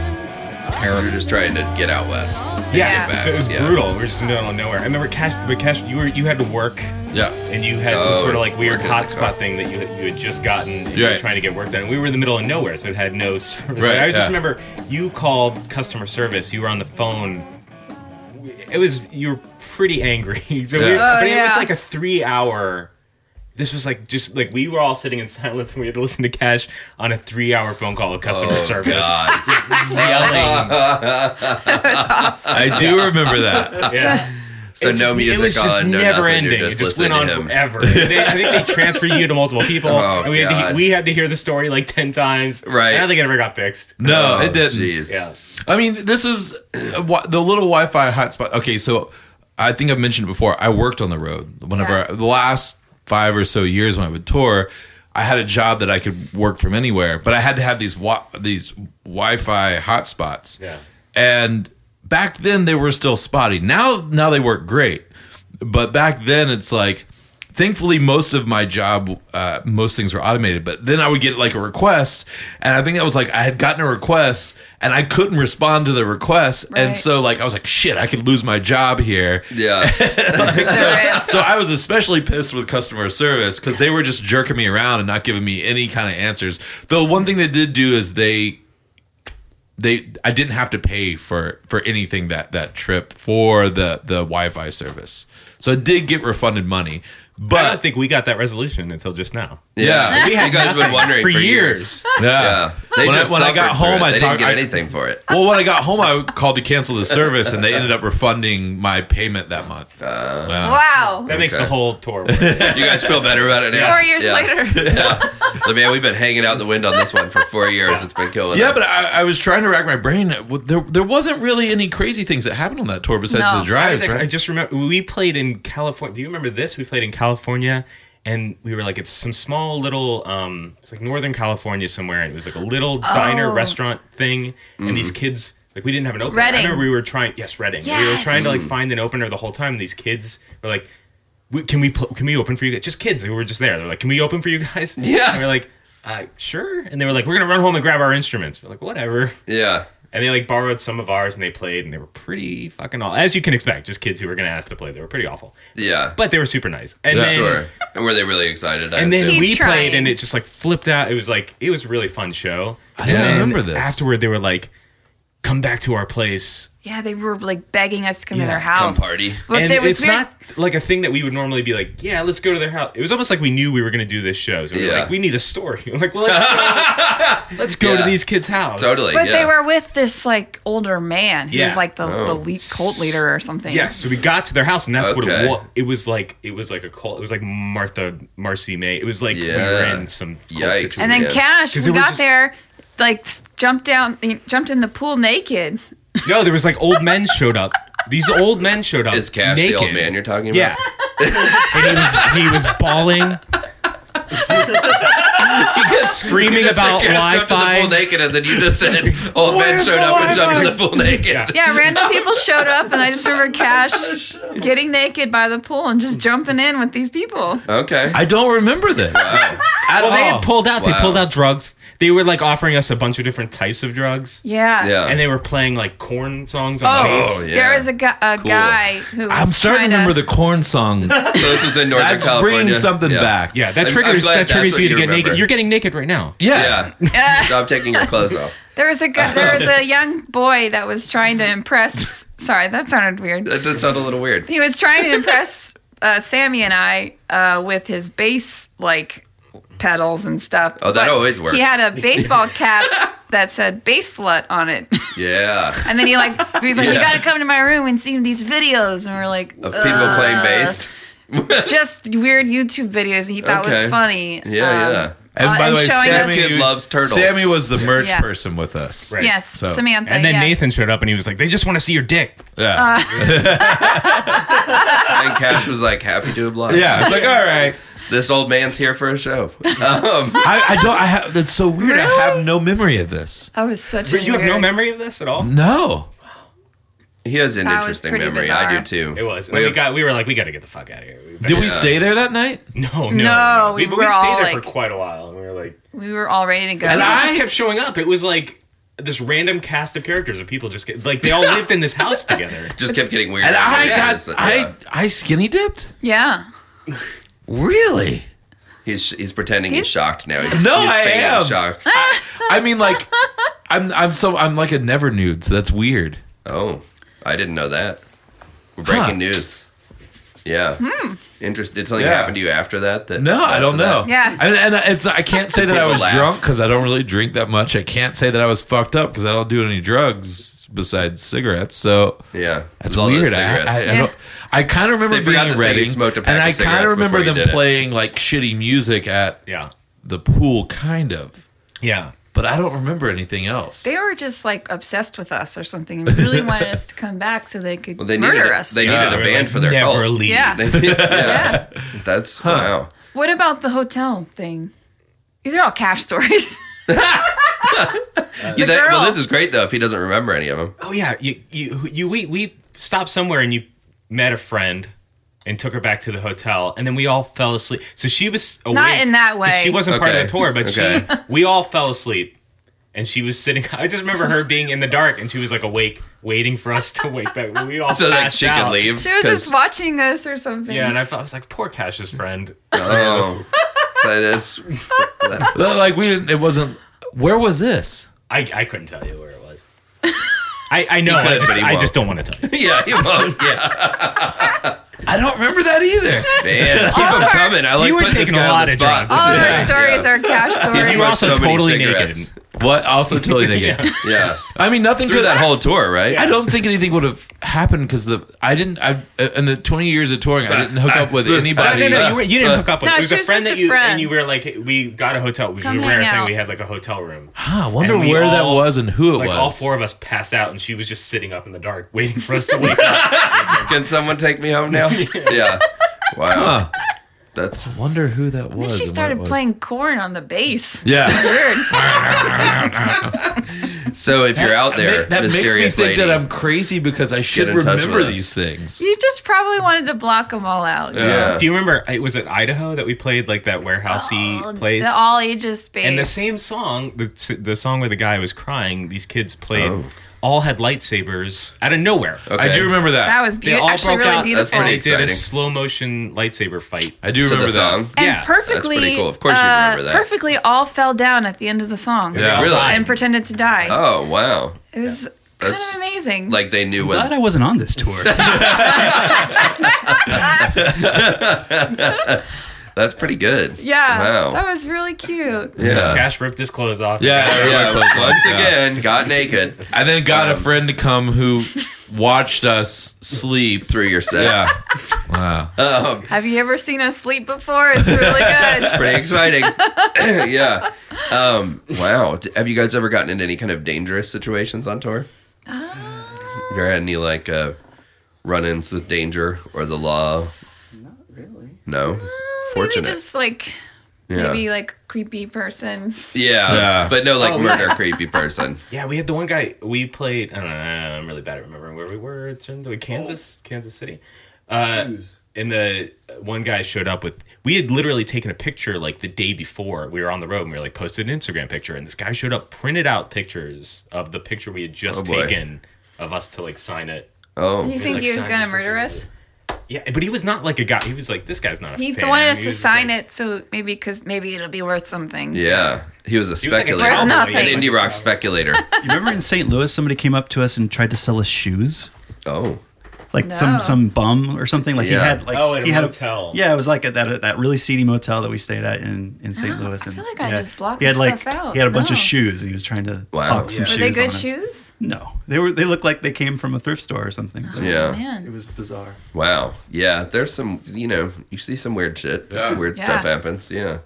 were just trying to get out west.
yeah.
back,
So it was
yeah.
brutal. We were just in the middle of nowhere. I remember cash, but cash, you were you had to work.
Yeah.
And you had some
Oh,
sort of like weird
working in the car.
hotspot thing that you you had just gotten. And you were
Right.
trying to get work done. And we were in the middle of nowhere, so it had no service.
Right,
I just
yeah.
remember you called customer service. You were on the phone. It was you were pretty angry. so we,
Yeah.
but it
yeah.
was like a three hour. This was like just like we were all sitting in silence and we had to listen to Cash on a three hour phone call with customer service.
Oh, God.
Yelling.
I do remember that.
yeah.
So
It
no
just-
music
It was just
on, no
never
nothing.
ending.
You're just
it just went
listening to
on
him.
forever. They- I think they transferred you to multiple people,
Oh,
and we had, to,
God.
he- we had to hear the story like ten times.
Right.
And I don't think it ever got fixed.
No,
Oh,
it didn't.
Jeez.
Yeah.
I mean, this is uh, wha- the little Wi-Fi hotspot. Okay, so I think I've mentioned it before. I worked on the road. Whenever
Yeah.
I- the last five or so years when I would tour, I had a job that I could work from anywhere, but I had to have these wa- these Wi-Fi hotspots.
Yeah.
And back then they were still spotty. Now now they work great, but back then it's like. Thankfully, most of my job, uh, most things were automated. But then I would get like a request, and I think that was like I had gotten a request, and I couldn't respond to the request, and
Right.
so like I was like, "Shit, I could lose my job here."
Yeah.
There is.
so I was especially pissed with customer service because they were just jerking me around and not giving me any kind of answers. Though one thing they did do is they they I didn't have to pay for for anything that that trip for the the Wi-Fi service, so I did get refunded money.
But I don't
But
think we got that resolution until just now.
Yeah.
We had
you guys have been wondering for,
yeah,
Yeah. They
when,
just
I, when I
suffered
got
through
home,
it.
I
they
talked.
didn't
I-
get anything for it.
Well, when I got home, I called to cancel the service, and they ended up refunding my payment that month.
Uh,
Wow.
Wow.
That makes
Okay.
the whole tour. Work.
You guys feel better about it now?
Four years
Yeah.
later.
Like, man, we've been hanging out in the wind on this one for four years. It's been killing
Yeah,
us.
but I, I was trying to rack my brain. There, there wasn't really any crazy things that happened on that tour besides
No.
the drives,
I
right?
just remember we played in California. Do you remember this? We played in California, and we were like, it's some small little, um, it's like Northern California somewhere, and it was like a little diner
Oh.
restaurant thing, and these kids. Like we didn't have an opener. I
Reading.
remember we were trying. Yes, Reading. We were
Yes.
trying to like find an opener the whole time. And these kids were like, we, "Can we pl- can we open for you guys?" Just kids. They were just there. They're like, "Can we open for you guys?"
Yeah.
And we are like, uh, "Sure." And they were like, "We're gonna run home and grab our instruments." We're like, "Whatever."
yeah.
And they like borrowed some of ours and they played and they were pretty fucking awful. As you can expect, just kids who were gonna ask to play, they were pretty awful.
Yeah.
But they were super nice. And
Yeah,
then
sure. And were they really excited? I
and then
assume.
Keep
we
trying.
played and it just like flipped out. It was like it was a really fun show.
I don't
And
remember this.
Afterward they were like, Come back to our place.
Yeah, they were like begging us to come to their
come
house.
party.
But
and
it was
it's
weird.
not like a thing that we would normally be like, Yeah, let's go to their house. It was almost like we knew we were gonna do this show. So we were
Yeah.
like, We need a story. We're like, well let's go, let's go
Yeah.
to these kids' house.
Totally.
but
yeah.
they were with this like older man who
Yeah.
was like the, the lead cult leader or something.
Yes, so we got to their house, and that's what
Okay.
it was. It was like it was like a cult. It was like Martha Marcy May. It was like we were
Yeah.
in some cult
Yikes.
situation.
And then
Yeah.
Cash,
'Cause
we
they were
got
just-
there, like s- jumped down, he jumped in the pool naked.
no, there was like old men showed up. These old men showed up.
Is Cash
naked.
the old man you're talking about?
Yeah, and he was he was bawling, screaming
You just
about
said, "Cash, jump in the pool
Wi-Fi.
naked, and then you just said old men
Where's
showed
the
up and jumped in
Wi-Fi?
the pool naked.
Yeah.
Yeah, random people showed up, and I just remember Cash getting naked by the pool and just jumping in with these people.
Okay.
I don't remember this at
Well, they
all.
had pulled out. They
Oh, Wow.
pulled out drugs. They were like offering us a bunch of different types of drugs,
Yeah.
yeah.
and they were playing like corn songs on
Oh,
bass.
Oh, yeah.
there was a, gu- a guy who was
I'm starting
trying
to remember the corn song.
so this was in Northern
That's
California.
bringing something
Yeah.
back.
Yeah, that
I'm-
triggers
I'm glad
that
that's
triggers
what
you to
you
get
remember.
naked. You're getting naked right now.
yeah.
Yeah. Stop taking your clothes off.
There was a guy, there was a young boy that was trying to impress. Sorry, that sounded weird.
That did sound a little weird.
He was trying to impress uh, Sammy and I uh, with his bass like pedals and stuff.
Oh, that always works.
He had a baseball cap that said "bass slut" on it,
Yeah.
and then he like he was like, "You
Yeah.
got to come to my room and see these videos," and we're like,
Of people
"Ugh."
playing bass.
just weird YouTube videos that he thought
Okay.
was funny.
Yeah,
Um,
yeah.
And
uh,
by the way,
showing
This
us-
Sammy
kid loves turtles.
Sammy was the merch
Yeah.
person with us.
Right.
Yes,
So-
Samantha.
And then
yeah.
Nathan showed up and he was like, "They just want to see your dick."
Yeah.
And Cash was like, happy to oblige.
yeah. It's like all right.
This old man's here for a show. Um,
I, I don't. I have. That's so weird. I have no memory of this.
I was such. a
You have no
weird-
memory of this at all.
No.
He has an
That was
interesting
pretty
memory. I
bizarre.
do too.
It was. And
We
then we
have-
got. We were like, we got to get the fuck out of here.
Did we
Yeah.
stay there that night?
No, no,
No, we
but
were
stayed
all
there
like-
for quite a while, and we were like,
We were all ready to go.
and I just kept showing up. It was like this random cast of characters of people just get, like they all lived in this house together.
Just kept getting weird.
And I
Yeah.
got
It's like, yeah.
I I skinny dipped.
yeah.
Really?
He's he's pretending he's,
He's-
shocked now. He's,
No,
he's
I
faking
am.
Shock.
I mean, like I'm I'm so I'm like a never nude, so that's weird.
Oh, I didn't know that. We're breaking
Huh.
news. Yeah. Hmm. Interest. Did something
Yeah.
happen to you after that? that
No,
led
I don't
to that?
know.
Yeah.
I mean, and it's I can't say that I
People
was
laugh.
drunk because I don't really drink that much. I can't say that I was fucked up because I don't do any drugs besides cigarettes. So
Yeah.
That's
With all those
weird. I, I,
cigarettes.
I, don't, I kind of remember
They
being
forgot
at
to say you
Reading,
smoked a pack
and
of
I
cigarettes
kind of
before
remember
you
them
did it.
playing like shitty music at
Yeah,
the pool, kind of.
yeah.
But I don't remember anything else.
They were just like obsessed with us or something and really wanted us to come back so they could
Well, they
murder
needed a-
us.
They needed
We
a
were
band
like,
for their
Uh, never
cult.
leave.
yeah.
yeah.
yeah.
That's wow.
What about the hotel thing? These are all cash stories.
Yeah, that- well,
girl.
this is great though. If he doesn't remember any of them,
Oh yeah, you you you we we stopped somewhere and you met a friend and took her back to the hotel and then we all fell asleep. So she was awake.
in that way.
Oh, She wasn't part of
Okay.
the tour, but
Okay.
she we all fell asleep. And she was sitting. I just remember her being in the dark, and she was like awake, waiting for us to wake back. We all
so that
passed
she
out.
could leave.
she was
'cause-
just watching us or something.
Yeah, and I, felt, I was like, poor Cash's friend.
oh, that is
Well, like we didn't. It wasn't. Where was this?
I, I couldn't tell you where it was. I, I know.
He could,
I
but
just
he
I
won't.
just don't want to tell you.
yeah. He won't. Yeah,
I don't remember that either.
man, keep them coming. I like
You were
putting this
taking
guy
a
on
lot
the
of
spot.
drugs.
all
This is-
of our
Yeah.
stories are cash stories.
You were
smoked
also
so many
totally
cigarettes.
What? Also totally naked.
Yeah,
I mean, nothing
through
could
that whole tour, right?
I don't think anything would have happened because the I didn't I in the 20 years of touring I didn't hook up with
No,
anybody.
no, no, you, were, you
uh,
didn't hook up with.
No,
it was
she
a
was
friend
just
that
a
you
friend.
and you were like, we got a hotel, which
Come
was a
hang
rare thing.
out.
We had like a hotel room.
Huh, Ah, I wonder
And we
where that
all-
was and who it
like
was.
all four of us passed out, and she was just sitting up in the dark waiting for us to wake up.
Can someone take me home now? yeah. Wow.
Huh.
That's
Wonder who that
Then
was.
she
and where it
started
was.
playing corn on the bass.
Yeah.
Weird.
so. If you're out there,
that makes me
mysterious
think
lady,
that I'm crazy because I should
Get in touch with
remember
us.
these things.
You just probably wanted to block them all out.
yeah.
Do you remember? It was at Idaho that we played like that warehousey place.
Oh, The all ages space.
and the same song, the the song where the guy was crying. These kids played. All had lightsabers out of nowhere.
Okay.
I do remember that.
That was
They
be-
all
actually
broke
really
out.
beautiful.
pretty
They did
exciting.
a slow motion lightsaber fight.
I do
to the
remember that.
song.
and
Yeah, that's
perfectly,
pretty cool. Of course you
uh,
remember that.
perfectly all fell down at the end of the song.
Yeah.
Really?
And pretended to die.
Oh wow!
it was kind
That's
of amazing.
Like they knew
Glad
what.
I wasn't on this tour.
That's pretty good.
yeah.
Wow.
That was really cute.
yeah.
Cash ripped his clothes off.
Yeah,
Yeah.
everybody closed one.
Once
Yeah.
again, got naked
I then got a
Um,
friend to come who watched us sleep.
through your set.
Yeah. wow.
Um,
Have you ever seen us sleep before? It's really good.
pretty exciting. yeah. Um, wow. D- Have you guys ever gotten into any kind of dangerous situations on tour? Have you ever had any like uh, run-ins with danger or the law?
Not really.
No.
Maybe
Fortunate.
just like
yeah.
maybe like creepy person.
yeah.
Yeah.
But no, like
Oh,
murder creepy person.
Yeah, we had the one guy we played. I don't know. I'm really bad at remembering where we were. It's in the- Kansas, Kansas City. Uh,
Shoes.
And the uh, one guy showed up with. We had literally taken a picture like the day before we were on the road, and we were like posted an Instagram picture, and this guy showed up, printed out pictures of the picture we had
Oh,
just
boy.
taken of us to like sign it.
Do you
Oh.
think
like
he was
signs
gonna
for
murder
doing
us?
Yeah, but he was not like a guy. He was like this guy's not a.
He
fan.
wanted us
He
to
was just
sign
like-
it, so maybe because maybe it'll be worth something.
Yeah. He was a
He was like a
speculator.
Worth
cowboy.
nothing.
An indie rock speculator.
you remember in St. Louis, somebody came up to us and tried to sell us shoes,
Oh.
like
No.
some some bum or something. Like
Yeah.
he had like
Oh, at a
he had
motel.
yeah, it was like at that that really seedy motel that we stayed at in in St.
Oh,
Louis.
I
And
feel like I
yeah,
just blocked
He had
this
like
stuff out.
he had a bunch of
No.
shoes and he was trying to
Wow.
hawk some
Yeah.
Were
shoes.
they good
on us.
shoes?
No, they were they looked like they came from a thrift store or something.
Yeah.
It
Oh, Man.
was bizarre.
Wow. Yeah. There's some, you know, you see some weird shit. Weird
Yeah.
stuff happens. Yeah.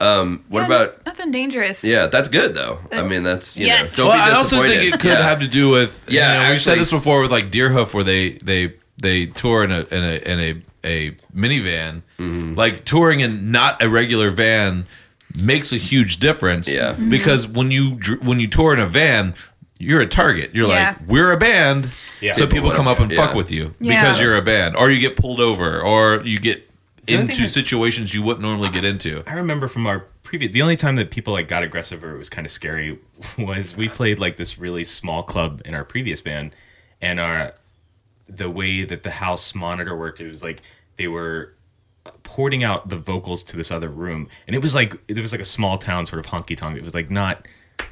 Um, what
Yeah,
about
nothing dangerous?
Yeah, that's good though.
Uh,
I mean, that's you know.
Yeah.
Don't
well,
be
I also
disappointed.
think it could
yeah.
have to do with
Yeah,
You know, we've said
actually-
this before with like Deerhoof, where they they they tour in a in a in a, a minivan,
Mm-hmm.
like touring in not a regular van makes a huge difference.
Yeah.
Mm-hmm.
Mhm.
because when you dr- when you tour in a van, you're a target. You're
Yeah.
like we're a band.
Yeah.
So people come up and fuck
Yeah.
with you
Yeah.
because you're a band, or you get pulled over, or you get
only thing
into
I-
situations you wouldn't normally get into.
I remember from our previous. The only time that people like got aggressive or it was kind of scary was we played like this really small club in our previous band, and our the way that the house monitor worked, it was like they were porting out the vocals to this other room, and it was like it was like a small town sort of honky tonk. It was like not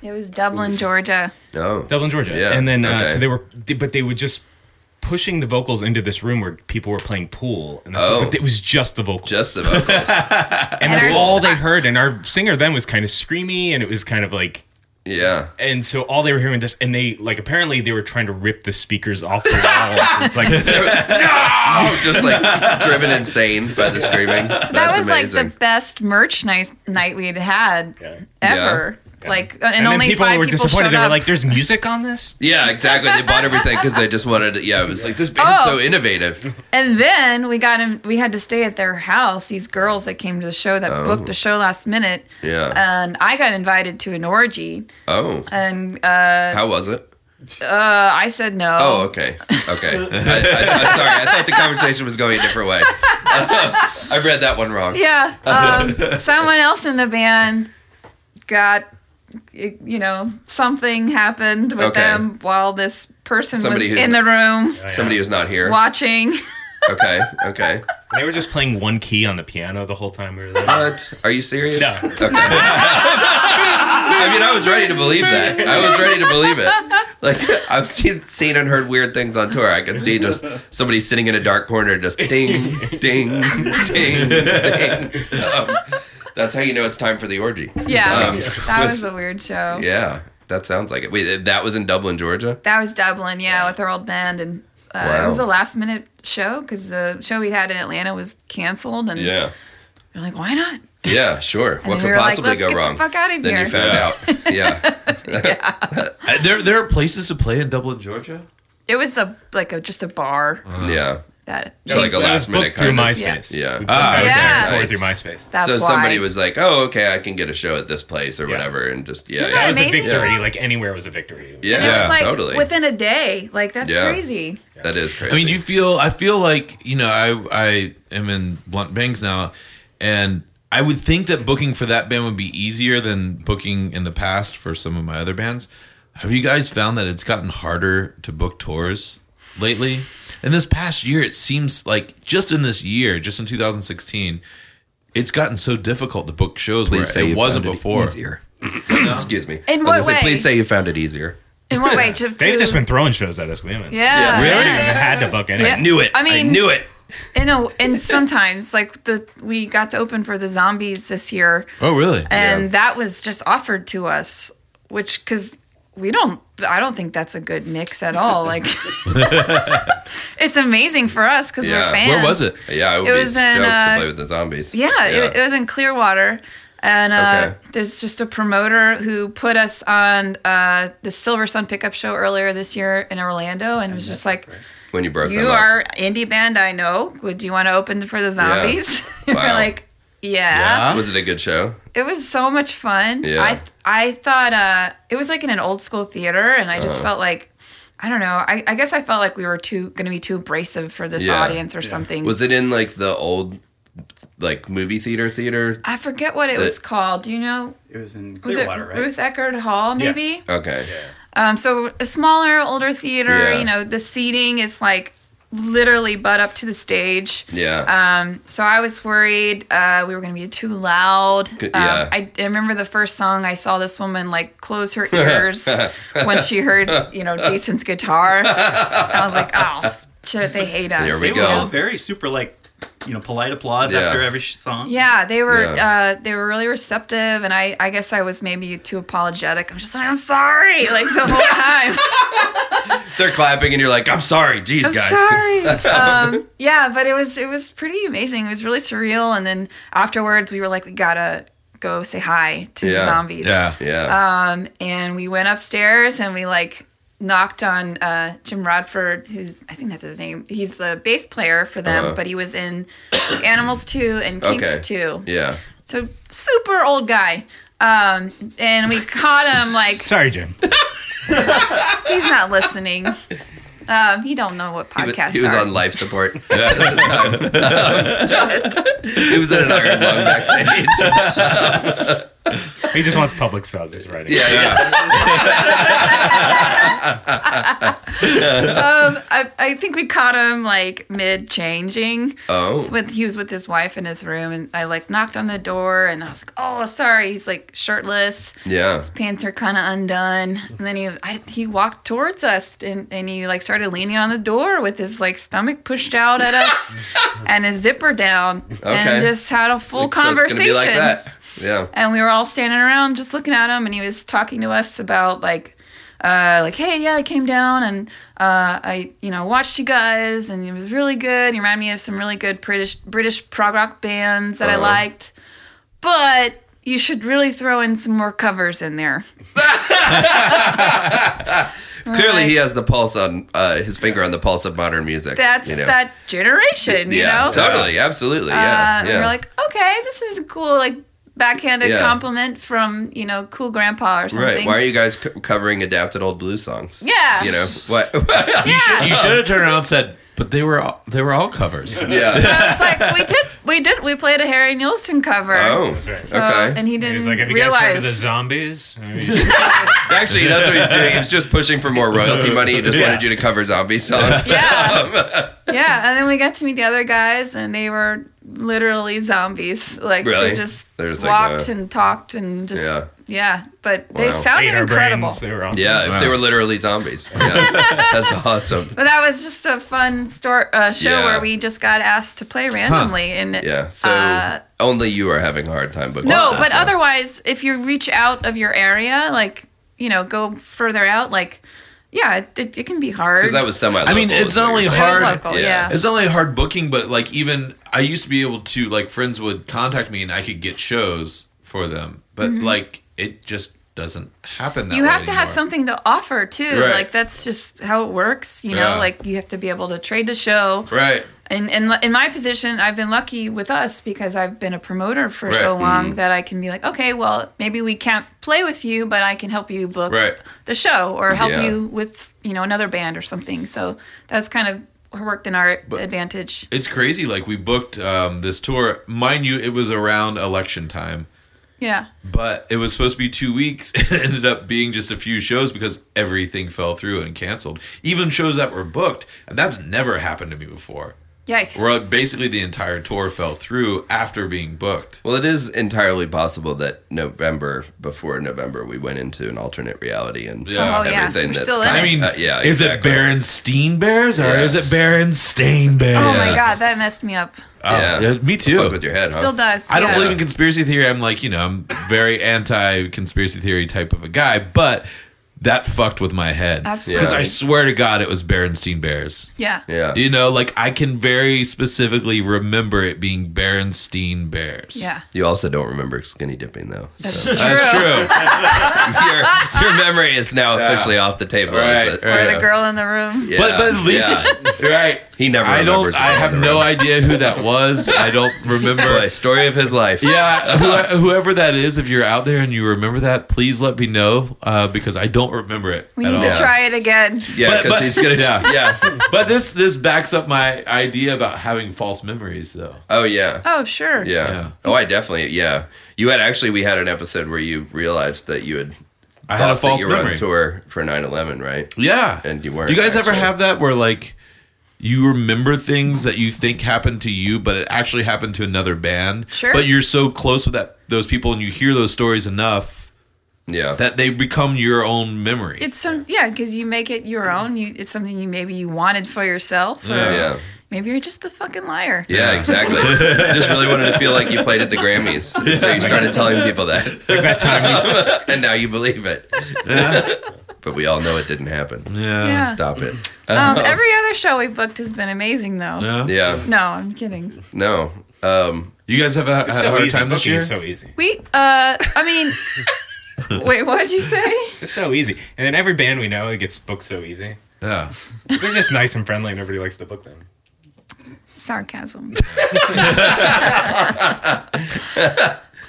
It was Dublin, Georgia.
Oh.
Dublin, Georgia.
Yeah,
And then uh,
okay.
so they were, they- but they were just pushing the vocals into this room where people were playing pool, and that's
Oh.
but it was just the vocals,
Just the vocals.
and
And
that's
our-
all they heard. And our singer then was kind of screamy, and it was kind of like.
yeah.
And so all they were hearing this, and they like apparently they were trying to rip the speakers off the walls. It's like
no! Just like driven insane by the screaming. That's
that was
amazing.
like the best merch night night we'd had
Yeah.
ever.
Yeah.
Like, and,
and,
only
then people
five
were
people
disappointed.
showed
They were
up.
like, "There's music on this."
yeah, exactly. They bought everything because they just wanted. To, yeah, it was like this band's
Oh.
so innovative.
and then we got him. We had to stay at their house. These girls that came to the show that booked the show last minute.
Oh. Yeah.
And I got invited to an orgy,
Oh,
and uh,
how was it?
uh, I said no.
Oh, okay, okay. I, I, am sorry. I thought the conversation was going a different way. I read that one wrong.
Yeah. Um, someone else in the band got, you know, something happened with
Okay.
them while this person
Somebody
was
who's-
in the room
Somebody who's not here.
watching.
Okay, okay.
And they were just playing one key on the piano the whole time we were there.
What? Are you serious?
No.
Okay. I mean, I was ready to believe that. I was ready to believe it. Like I've seen, seen and heard weird things on tour. I can see just somebody sitting in a dark corner, just ding, ding, ding, ding. Um, that's how you know it's time for the orgy.
Yeah.
Um,
that was a weird show.
Yeah, that sounds like it. Wait, that was in Dublin, Georgia.
That was Dublin, yeah, with our old band, and uh, it
Wow.
was a last minute show because the show we had in Atlanta was canceled, and we're like, why not?
Yeah, sure.
And
What
we
could
were like,
possibly
"Let's
go
get the
wrong?
fuck outta
then
here.
you found out. Yeah.
Uh, There, there are places to play in Dublin, Georgia.
It was a like a just a bar
Uh-huh. yeah.
that.
So like a
It
last
was
minute
booked through
kind of.
MySpace.
Yeah.
We
Ah,
booked
okay.
it Through,
Nice.
through MySpace.
that's
so
why.
somebody was like, "Oh, okay, I can get a show at this place or whatever," and just yeah,
that
That
yeah,
was a
amazing?
victory.
Yeah.
Like anywhere was a victory.
And it
yeah,
was like
totally.
within a day. Like that's
Yeah.
crazy.
that is crazy.
I mean, you feel. I feel like you know. I I am in blunt bangs now, and I would think that booking for that band would be easier than booking in the past for some of my other bands. Have you guys found that it's gotten harder to book tours lately? In this past year, it seems like just in this year, just in 2016, it's gotten so difficult to book shows where it wasn't before.
Easier. Excuse me.
In
I was
what
gonna say,
way?
please say you found it easier.
In what way? To,
They've
to-
just been throwing shows at us. We haven't.
Yeah.
We already had to book anything.
knew it. I
I
mean,
knew it.
You know, and sometimes like the we got to open for the zombies this year,
Oh, really?
and that was just offered to us, which because we don't, I don't think that's a good mix at all. Like, it's amazing for us because
Yeah.
we're fans.
Where was it?
Yeah, I would
It
be
was
stoked
in, uh,
to play with the zombies.
Yeah, It, it was in Clearwater. And uh,
Okay.
there's just a promoter who put us on uh, the Silver Sun pickup show earlier this year in Orlando and was just like,
when you broke
You
them up.
are indie band, I know. Would you want to open for the zombies? And
Wow.
we're like, yeah.
Was it a good show?
It was so much fun.
Yeah.
I I thought uh, it was like in an old school theater, and I just
Uh-huh.
felt like I don't know. I, I guess I felt like we were too going to be too abrasive for this
Yeah.
audience or something.
Was it in like the old like movie theater theater?
I forget what it
The-
was called. Do you know?
It was in
Was
Clearwater,
it
right?
Ruth Eckerd Hall?
Yes.
Maybe.
Okay.
Um, so a smaller, older theater.
Yeah.
You know, the seating is like literally butt up to the stage.
Yeah.
Um, so I was worried uh, we were going to be too loud.
Good-
Um,
yeah.
I, I remember the first song I saw this woman like close her ears when she heard you know Jason's guitar. I was like, oh, shit, they hate us.
Here
They
we
were all
go.
very super, like, you know, polite applause
Yeah.
after every sh- song.
Yeah, they were
Yeah.
Uh, they were really receptive, and I I guess I was maybe too apologetic. I'm just like I'm sorry, like the whole time.
They're clapping and you're like, "I'm sorry, jeez,
Uh, I'm
guys."
sorry. um, yeah, but it was it was pretty amazing. It was really surreal. And then afterwards, we were like, we gotta go say hi to
Yeah.
the zombies.
Yeah.
Yeah.
Um, and we went upstairs and we like knocked on uh, Jim Rodford, who's I think that's his name. He's the bass player for them,
Uh-huh.
but he was in Animals Two and Kinks
Okay.
Two.
yeah.
So super old guy. Um, and we caught him like
Sorry, Jim.
he's not listening. Um, you don't know what
He was,
podcasts
he was
are.
on life support. at the time. he was in an iron lung backstage.
He just wants public subs. Is writing.
Yeah, yeah.
um, I, I think we caught him like mid changing.
Oh.
With he was with his wife in his room, and I like knocked on the door, and I was like, "Oh, sorry." He's like shirtless,
Yeah.
pants are kind of undone, and then he I, he walked towards us, and, and he like started leaning on the door with his like stomach pushed out at us, and his zipper down,
Okay.
and just had a full
So it's
conversation
gonna be like that. Yeah.
and we were all standing around just looking at him and he was talking to us about like uh, like hey yeah i came down and uh, i you know watched you guys and it was really good he reminded me of some really good british british prog rock bands that i
Uh-huh.
liked but you should really throw in some more covers in there
Clearly,
Right.
he has the pulse on uh, his finger on the pulse of modern music.
that's
you know?
that generation you
yeah,
know
totally, absolutely,
uh,
yeah,
and
yeah.
we're like okay this is a cool like backhanded
Yeah.
compliment from you know cool grandpa or something
right? Why are you guys co- covering adapted old blues songs?
Yeah.
you know what? yeah,
yeah.
You should have turned around and said, but they were all, they were all covers.
yeah.
it's like we did we did we played a Harry Nilsson cover.
Oh,
right.
So-
okay.
And he
He
didn't
was like, have you guys heard
realize.
of the zombies? I mean,
Actually, that's what he's doing. He's just pushing for more royalty money. He just wanted you to cover zombie songs.
yeah. yeah. And then we got to meet the other guys and they were literally zombies. Like
Really?
they just
There's like
walked
a-
and talked and just
Yeah.
yeah. But they
Wow.
sounded
ate our
incredible.
brains. They were awesome.
Yeah, if they were literally zombies. Yeah, that's awesome.
But that was just a fun store uh, show
Yeah.
where we just got asked to play randomly and
Yeah. So
uh,
only you are having a hard time booking.
No,
shows
but
now.
otherwise, if you reach out of your area, like you know, go further out, like yeah, it, it, it can be hard.
because that was semi.
I mean, it's only
It was
hard.
local,
yeah.
yeah.
It's not only hard booking, but like even I used to be able to like friends would contact me and I could get shows for them, but like it just doesn't happen that
Mm-hmm. You
way
have to have
anymore.
something to offer too.
Right.
Like that's just how it works, you know.
Yeah.
Like you have to be able to trade the show.
right.
And, and in my position, I've been lucky with us because I've been a promoter for so
Right. Mm-hmm.
long that I can be like, okay, well, maybe we can't play with you, but I can help you book
Right.
the show or help
Yeah.
you with you know another band or something. So that's kind of worked in our advantage.
It's crazy. Like we booked um, this tour, mind you, it was around election time,
Yeah.
but it was supposed to be two weeks. It ended up being just a few shows because everything fell through and canceled. Even shows that were booked, and that's never happened to me before.
Yikes.
Where basically the entire tour fell through after being booked.
Well, it is entirely possible that November before November we went into an alternate reality and
Yeah.
Oh, yeah.
everything
We're
that's.
still in
kind
it.
of-
I mean,
uh, yeah,
Is it
exactly.
Baron Steen Bears or
Yes.
is it Baron Stain Bears? Oh,
Oh my
Yes.
god, that messed me up.
Yeah.
Yeah, me
Fuck
too.
with your head, huh?
Still does.
I don't
yeah.
believe in conspiracy theory. I'm like, you know, I'm very anti conspiracy theory type of a guy, but that fucked with my head.
Absolutely.
I swear to God, it was Berenstain Bears.
Yeah. Yeah.
Yeah.
You know, like I can very specifically remember it being Berenstain Bears.
You also don't remember skinny dipping though.
That's
So
true.
That's true.
your, your memory is now officially off the table.
Right,
is it?
right.
Or
Yeah.
the girl in the room.
Yeah,
But but at least
yeah.
right.
he never.
I don't
remembers
I have no idea who that was. I don't remember
Boy, story of his life.
Yeah, who- whoever that is, if you're out there and you remember that, please let me know uh, because I don't remember it.
We
at
need
all.
to try it again.
yeah,
But-
because
but-
he's gonna. Yeah.
yeah. But this this backs up my idea about having false memories, though.
Oh yeah.
Oh, sure.
yeah.
Yeah.
Oh, I definitely. Yeah. You had actually. We had an episode where you realized that you had.
I had a
thought that
false
you were
memory.
on tour for 9-11, right?
Yeah,
And you weren't
Do you guys ever
actually.
have that where like you remember things that you think happened to you, but it actually happened to another band?
Sure.
But you're so close with that those people, and you hear those stories enough
Yeah.
that they become your own memory.
It's some yeah, because you make it your own. You it's something you maybe you wanted for yourself.
uh,
Or
yeah.
Maybe you're just a fucking liar.
Yeah, exactly. You just really wanted to feel like you played at the Grammys. And so you started telling people that. and now you believe it. but we all know it didn't happen.
yeah.
Yeah.
Stop it.
Um, every other show we booked has been amazing though.
Yeah.
Yeah.
No, I'm kidding.
No. Um,
You guys have a, had
It's
a
so
hard
easy.
time this
Booking
year.
is so easy.
We uh I mean Wait, what did you say?
It's so easy. And then every band we know it gets booked so easy.
yeah.
They're just nice and friendly, and everybody likes to book them.
Sarcasm.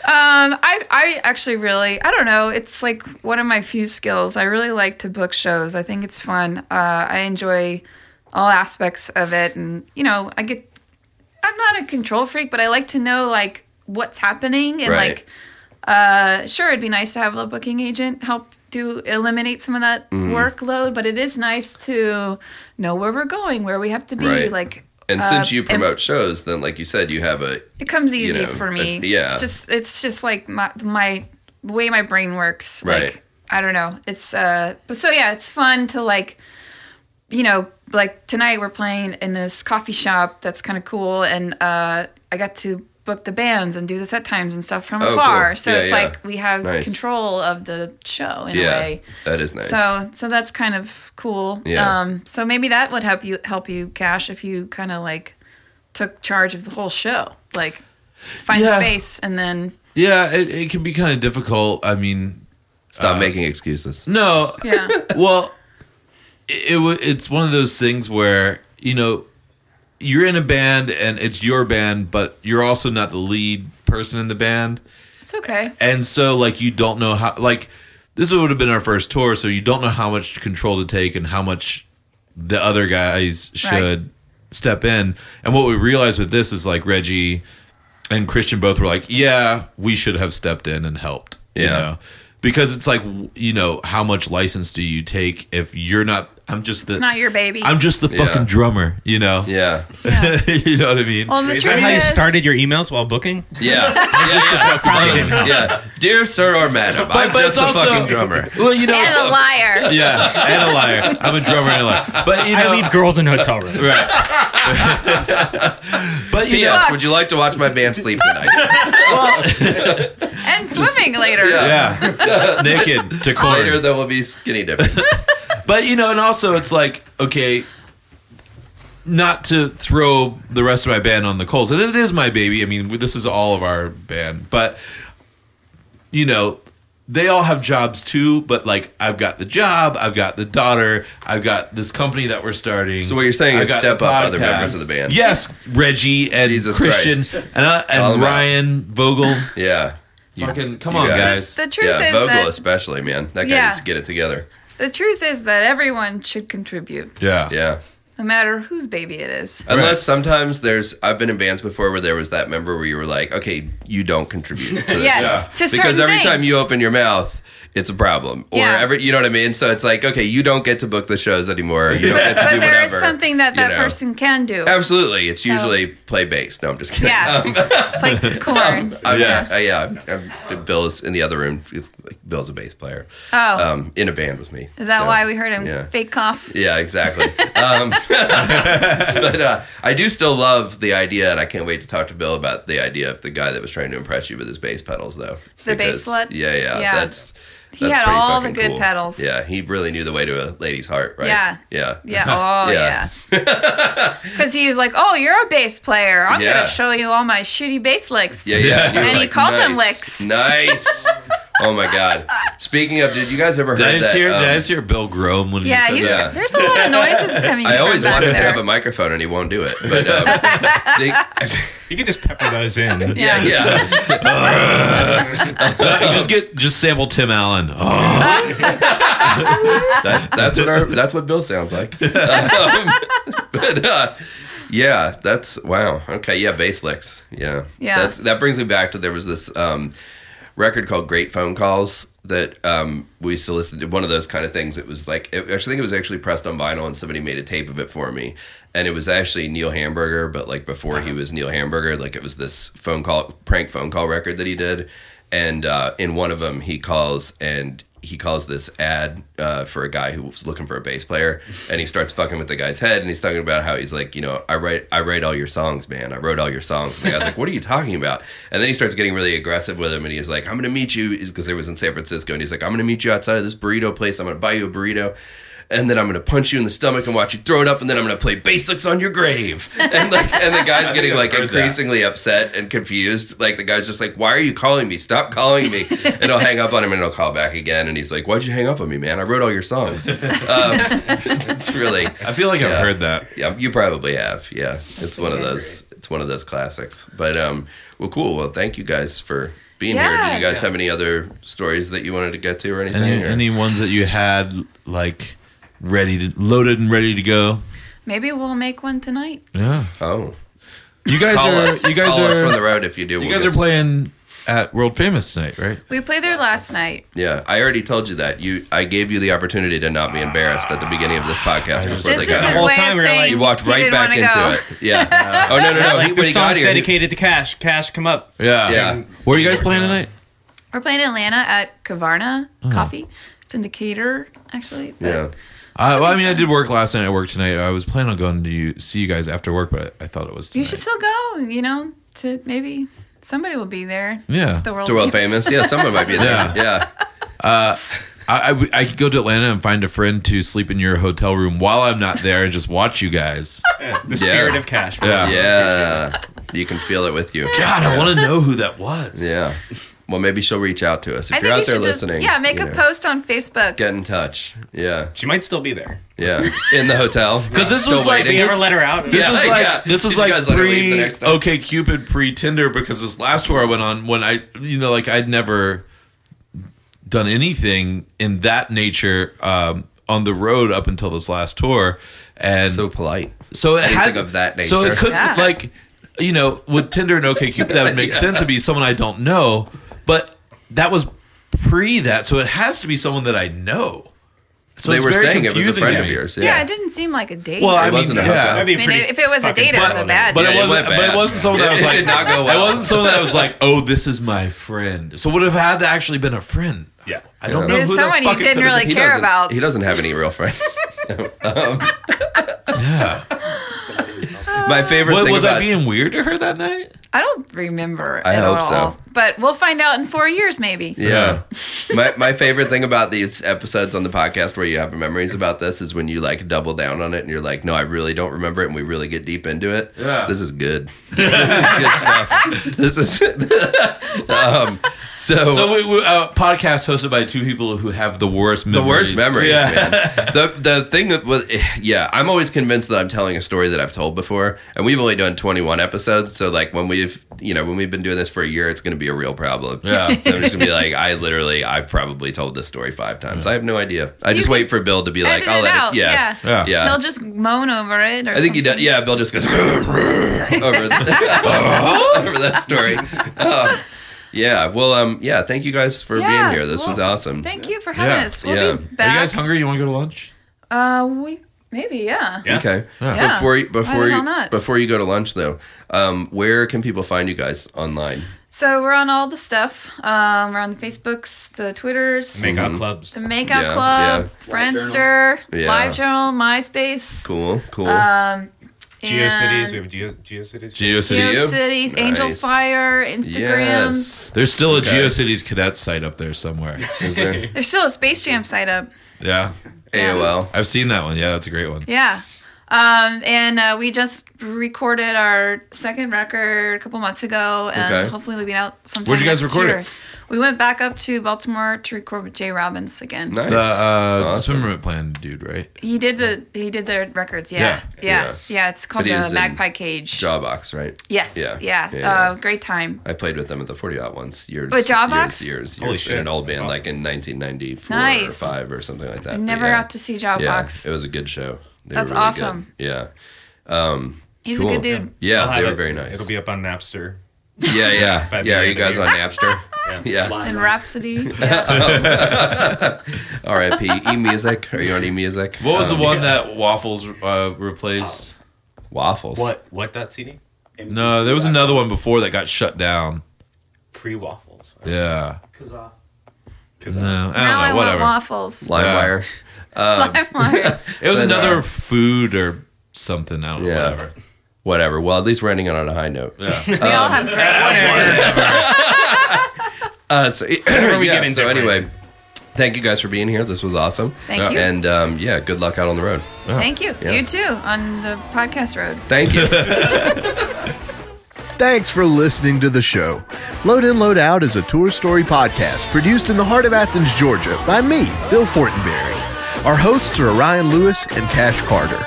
Um, I, I actually really, I don't know. It's like one of my few skills. I really like to book shows. I think it's fun. Uh, I enjoy all aspects of it. And, you know, I get, I'm not a control freak, but I like to know like what's happening. And
Right.
like, uh, sure, it'd be nice to have a booking agent help do eliminate some of that
Mm-hmm.
workload, but it is nice to know where we're going, where we have to be.
Right.
Like,
And
uh,
since you
and-
promote shows, then like you said, you have a
it comes
you
easy
know,
for
uh,
me.
yeah.
It's just it's just like my my the way my brain works.
Right.
Like I don't know. It's uh but so yeah, it's fun to like you know, like tonight we're playing in this coffee shop that's kinda cool and uh I got to book the bands and do the set times and stuff from
Oh,
afar.
cool.
So
Yeah,
it's
yeah.
like we have
Nice.
control of the show in
yeah.
a way.
That is nice.
So so that's kind of cool.
Yeah.
Um so maybe that would help you help you cash if you kind of like took charge of the whole show. Like find
Yeah.
space and then
Yeah, it, it can be kind of difficult. I mean,
Stop making excuses.
Uh, no,
yeah.
well, it, it wa- it's one of those things where you know you're in a band and it's your band, but you're also not the lead person in the band,
it's okay.
and so like you don't know how like this would have been our first tour, so you don't know how much control to take and how much the other guys should step in. And what we realized with this is like Reggie and Christian both were like, yeah, we should have stepped in and helped. You
Yeah.
know? Because it's like, w- you know, how much license do you take if you're not, I'm just the,
It's not your baby.
I'm just the
Yeah.
fucking drummer, you know?
Yeah.
you know what I mean?
well, the
Is that
truth
how you
is-
started your emails while booking?
Yeah.
Oh,
yeah, yeah. yeah. Dear sir or madam, I'm
but
just
it's
a
also-
fucking drummer.
Well, you know,
And a liar.
yeah, and a liar. I'm a drummer and a liar. But, you know,
I leave girls in hotel rooms.
right. but, you know,
P.S.
Fucked.
Would you like to watch my band sleep tonight?
And swimming later.
yeah, naked to corn.
Later, there will be skinny dipping.
But you know, and also it's like okay, not to throw the rest of my band on the coals, and it is my baby. I mean, this is all of our band, but you know, they all have jobs too. But like, I've got the job, I've got the daughter, I've got this company that we're starting.
So what you're saying
I've
is
got
step
the
up other
podcast.
members of the band.
Yes, Reggie and
Jesus
Christian
Christ.
and uh,
Call
and
them out.
Ryan Vogel.
Yeah.
Fucking come
you
on,
guys.
guys.
The truth
yeah,
is
Vogel
that
especially, man. That guy
Yeah.
needs to get it together.
the truth is that everyone should contribute,
Yeah.
Yeah.
no matter whose baby it is.
Unless sometimes there's, I've been in bands before where there was that member where you were like, okay, you don't contribute to this
Yes,
show.
to certain
because every
things.
time you open your mouth, it's a problem. Or
Yeah.
every, you know what I mean? So it's like, okay, you don't get to book the shows anymore. You don't get to
But
do
there
whatever.
is something that
you
that
know.
person can do.
Absolutely. It's usually play bass. No, I'm just kidding.
Yeah. Play corn.
I'm,
Yeah.
yeah, uh, yeah. I'm, Bill's in the other room. It's like Bill's a bass player.
Oh.
um, in a band with me.
is that
So,
why we heard him
yeah.
fake cough?
Yeah, exactly. um, but uh, I do still love the idea, and I can't wait to talk to Bill about the idea of the guy that was trying to impress you with his bass pedals, though.
The bass
Because-
slut?
Yeah, yeah,
Yeah.
That's.
He
that's
had
pretty
all the
fucking
good
cool.
pedals.
Yeah, he really knew the way to a lady's heart, right?
Yeah.
yeah,
Yeah. Oh, yeah.
Yeah.
Because he was like, "Oh, you're a bass player. I'm
Yeah.
gonna show you all my shitty bass licks."
Yeah, yeah. you were
And he called them
nice,
licks.
Nice. oh my god. Speaking of, did you guys ever
Did I
heard
just
that?
hear? did I
um,
just hear Bill groan when
Yeah,
he
he's,
said that?
Yeah.
there's a lot of noises coming.
I always
from back
wanted him to
there.
have a microphone, and he won't do it. But um, they,
You could just pepper those in.
yeah, yeah.
Uh, just get just sample Tim Allen. Oh,
That, that's what our, that's what Bill sounds like. Um, but, uh, yeah, that's wow. Okay, yeah, bass licks. Yeah,
Yeah.
That's, that brings me back to there was this um, record called Great Phone Calls that um, we used to listen to. One of those kind of things. It was like it, I think it was actually pressed on vinyl, and somebody made a tape of it for me. And it was actually Neil Hamburger, but like before he was Neil Hamburger, like it was this phone call prank phone call record that he did. And uh, in one of them, he calls and he calls this ad uh, for a guy who was looking for a bass player, and he starts fucking with the guy's head, and he's talking about how he's like, you know, I write, I write all your songs, man. I wrote all your songs. And the guy's like, what are you talking about? And then he starts getting really aggressive with him, and he's like, I'm gonna meet you because it was in San Francisco, and he's like, I'm gonna meet you outside of this burrito place. I'm gonna buy you a burrito. And then I'm gonna punch you in the stomach and watch you throw it up, and then I'm gonna play basics on your grave. And like, and the guy's getting like increasingly upset and confused. Like the guy's just like, "Why are you calling me? Stop calling me!" And I'll hang up on him, and I'll call back again. And he's like, "Why'd you hang up on me, man? I wrote all your songs." Um, it's really,
I feel like I've
Yeah.
heard that.
yeah, you probably have. Yeah, it's one of those. It's one of those classics. But um, well, cool. Well, thank you guys for being here.
Yeah.
Do you guys have any other stories that you wanted to get to or anything?
Any,
or-
any ones that you had like ready to loaded and ready to go?
Maybe we'll make one tonight.
Yeah.
oh,
You guys
call
are
us.
you guys
call us
are
from the road if you do.
you
We'll
guys
get-
are playing at World Famous tonight, right?
We played there last night.
Yeah, I already told you that. You, I gave you the opportunity to not be embarrassed at the beginning of this podcast before
This
they
is
got
his
here.
way
time
of
we were like,
saying
You walked
he
right
didn't
back
wanna
into
go.
it. Yeah. oh no no no. he, when
This
he got
song's
here, he-
dedicated to Cash. Cash, come up.
Yeah.
Yeah.
Where are you guys playing tonight?
We're playing in Atlanta at Kavarna
Uh-huh.
Coffee. It's in Decatur, actually. but-
yeah.
I, well, I mean, I did work last night. I worked tonight. I was planning on going to you- see you guys after work, but I, I thought it was.
You
tonight.
should still go, you know, to maybe somebody will be there.
Yeah.
The world,
To world famous. Yeah, someone might be there.
Yeah.
Yeah.
I, I w- I could go to Atlanta and find a friend to sleep in your hotel room while I'm not there and just watch you guys.
Yeah, the spirit of Cash.
Yeah.
Yeah. You can feel it with you.
God, I want to know who that was.
Yeah. Well, maybe she'll reach out to us if
I
you're
think
out
you
there
should just,
listening.
yeah, make
you
a
know,
post on Facebook.
Get in touch. Yeah.
She might still be there.
Yeah. In the hotel.
'Cause this
Still
was like-
They
waiting.
never let her out.
This
Yeah,
was like
yeah.
this was
Did you
like
guys let her leave the
pre
next time?
OK Cupid pre Tinder because this last tour I went on when I you know like I'd never done anything in that nature um, on the road up until this last tour and
so polite.
So it
Anything
had
of that
So
nature.
it couldn't
Yeah.
like you know with Tinder and OkCupid that would make sense to be someone I don't know, but that was pre that, so it has to be someone that I know. So
they
it's
were
very
saying it was a
confusing
friend
to
of
me.
yours.
yeah.
Yeah.
it didn't seem like a date.
Well, I
It
mean,
wasn't a
yeah.
hookup.
That'd be
I mean,
pretty
if it was a
fucking
date, it was a
wild.
bad
But
Yeah,
it
it
wasn't.
went
But it
bad.
wasn't someone
It-
that was
it
like.
did not go
It
well.
wasn't someone that was like, "Oh, this is my friend." So would have had to actually been a friend.
Yeah.
I don't know
There's
who
someone
the
you
fuck it
didn't
could have
really
been.
care
doesn't-
about.
He doesn't have any real friends. Um, My favorite
What,
thing
was
about
I being weird to her that night?
I don't remember
I
at
hope
all.
so.
But we'll find out in four years, maybe.
Yeah. my my favorite thing about these episodes on the podcast where you have memories about this is when you like double down on it and you're like, no, I really don't remember it, and we really get deep into it.
Yeah.
This is good. this is good stuff. This is um so,
So we, we uh, podcast hosted by two people who have the worst memories.
the worst memories,
Yeah.
man. The the thing that was yeah, I'm always convinced that I'm telling a story that I've told before, and we've only done 21 episodes. So like when we've you know when we've been doing this for a year, it's going to be a real problem.
Yeah.
so I'm just gonna be like, I literally, I've probably told this story five times. I have no idea. I just
can
wait for Bill to be like,
edit
I'll
it
let
out,
it. Yeah,
yeah.
yeah.
They'll just moan over it. Or
I think he does. Yeah, Bill just goes over, the, over that story. Um, yeah. Well, um, yeah. Thank you guys for being here. This
was
was awesome.
Thank you for having
Yeah.
us. We'll
Yeah. Are
be
you
back.
Are you guys hungry? You want to go to lunch?
Uh, we maybe yeah.
Yeah.
Okay.
Yeah.
Before you,
Why the
before
hell
you,
not?
before you go to lunch though, um, where can people find you guys online?
So we're on all the stuff. Um, we're on the Facebooks, the Twitters,
Make out clubs.
the Makeout
Mm. Yeah,
Club,
yeah.
Friendster,
Yeah.
Live Journal, MySpace,
Cool. Cool.
um,
GeoCities.
and
We have Geo GeoCities.
GeoCities.
GeoCities, Angel
Nice.
Fire, Instagrams.
yes.
There's still a
Okay.
GeoCities cadet site up there somewhere.
Is there
There's still a Space Jam site up.
yeah,
AOL.
I've seen that one. Yeah, that's a great one.
Yeah. Um, and uh, we just recorded our second record a couple months ago, and
Okay.
hopefully it'll be out sometime.
Where'd you guys
next
record
year.
it?
We went back up to Baltimore to record with Jay Robbins again.
Nice.
The uh,
Awesome.
swimmerman plan dude, right?
He did the he did their records.
Yeah.
Yeah, yeah, yeah.
Yeah.
it's called
But he
the
was in
Magpie Cage.
Jawbox, right?
yes. Yeah.
Yeah.
Yeah.
Yeah.
Uh, great time.
I played with them at the 40 Out once years.
With Jawbox?
Years, years, years.
Holy shit.
In an old
That's
band,
awesome.
like in 1994 or
Nice.
5 or something like that. But
Never
yeah.
out to see Jawbox.
Yeah, it was a good show. They
That's
were really
awesome.
Good. Yeah.
He's
cool.
a good dude.
Yeah,
I'll have
they were
it-
very nice.
It'll be up on Napster.
yeah, yeah.
By the
yeah, are
end
you
of the
guys
year.
on Napster?
Yeah.
yeah.
Line
And
up.
Rhapsody. Yeah.
RIP. E Music. Are you on E Music?
What was the one that Waffles uh, replaced?
Waffles.
What? What dot CD?
No, there was another one before that got shut down.
Pre waffles.
Yeah.
Kazaa.
Because
No, I don't
now I
know. Whatever.
want waffles.
Uh.
LimeWire.
LimeWire.
It was
But,
another
uh,
food or something. I don't know.
Yeah.
Whatever.
Whatever. Well, at least we're ending it on a high note.
Yeah.
we all have great ones.
Uh, so,
we
yeah,
getting
so
different?
anyway, thank you guys for being here. This was awesome.
Thank you.
And um, yeah, good luck out on the road.
Thank you.
Yeah.
You too on the podcast road.
Thank you.
Thanks for listening to the show. Load In, Load Out is a tour story podcast produced in the heart of Athens, Georgia by me, Bill Fortenberry. Our hosts are Ryan Lewis and Cash Carter.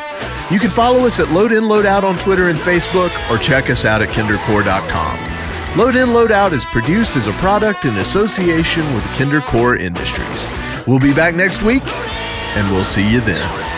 You can follow us at Load In, Load Out on Twitter and Facebook or check us out at kindercore.com. Load In Load Out is produced as a product in association with Kinder Core Industries. We'll be back next week, and we'll see you then.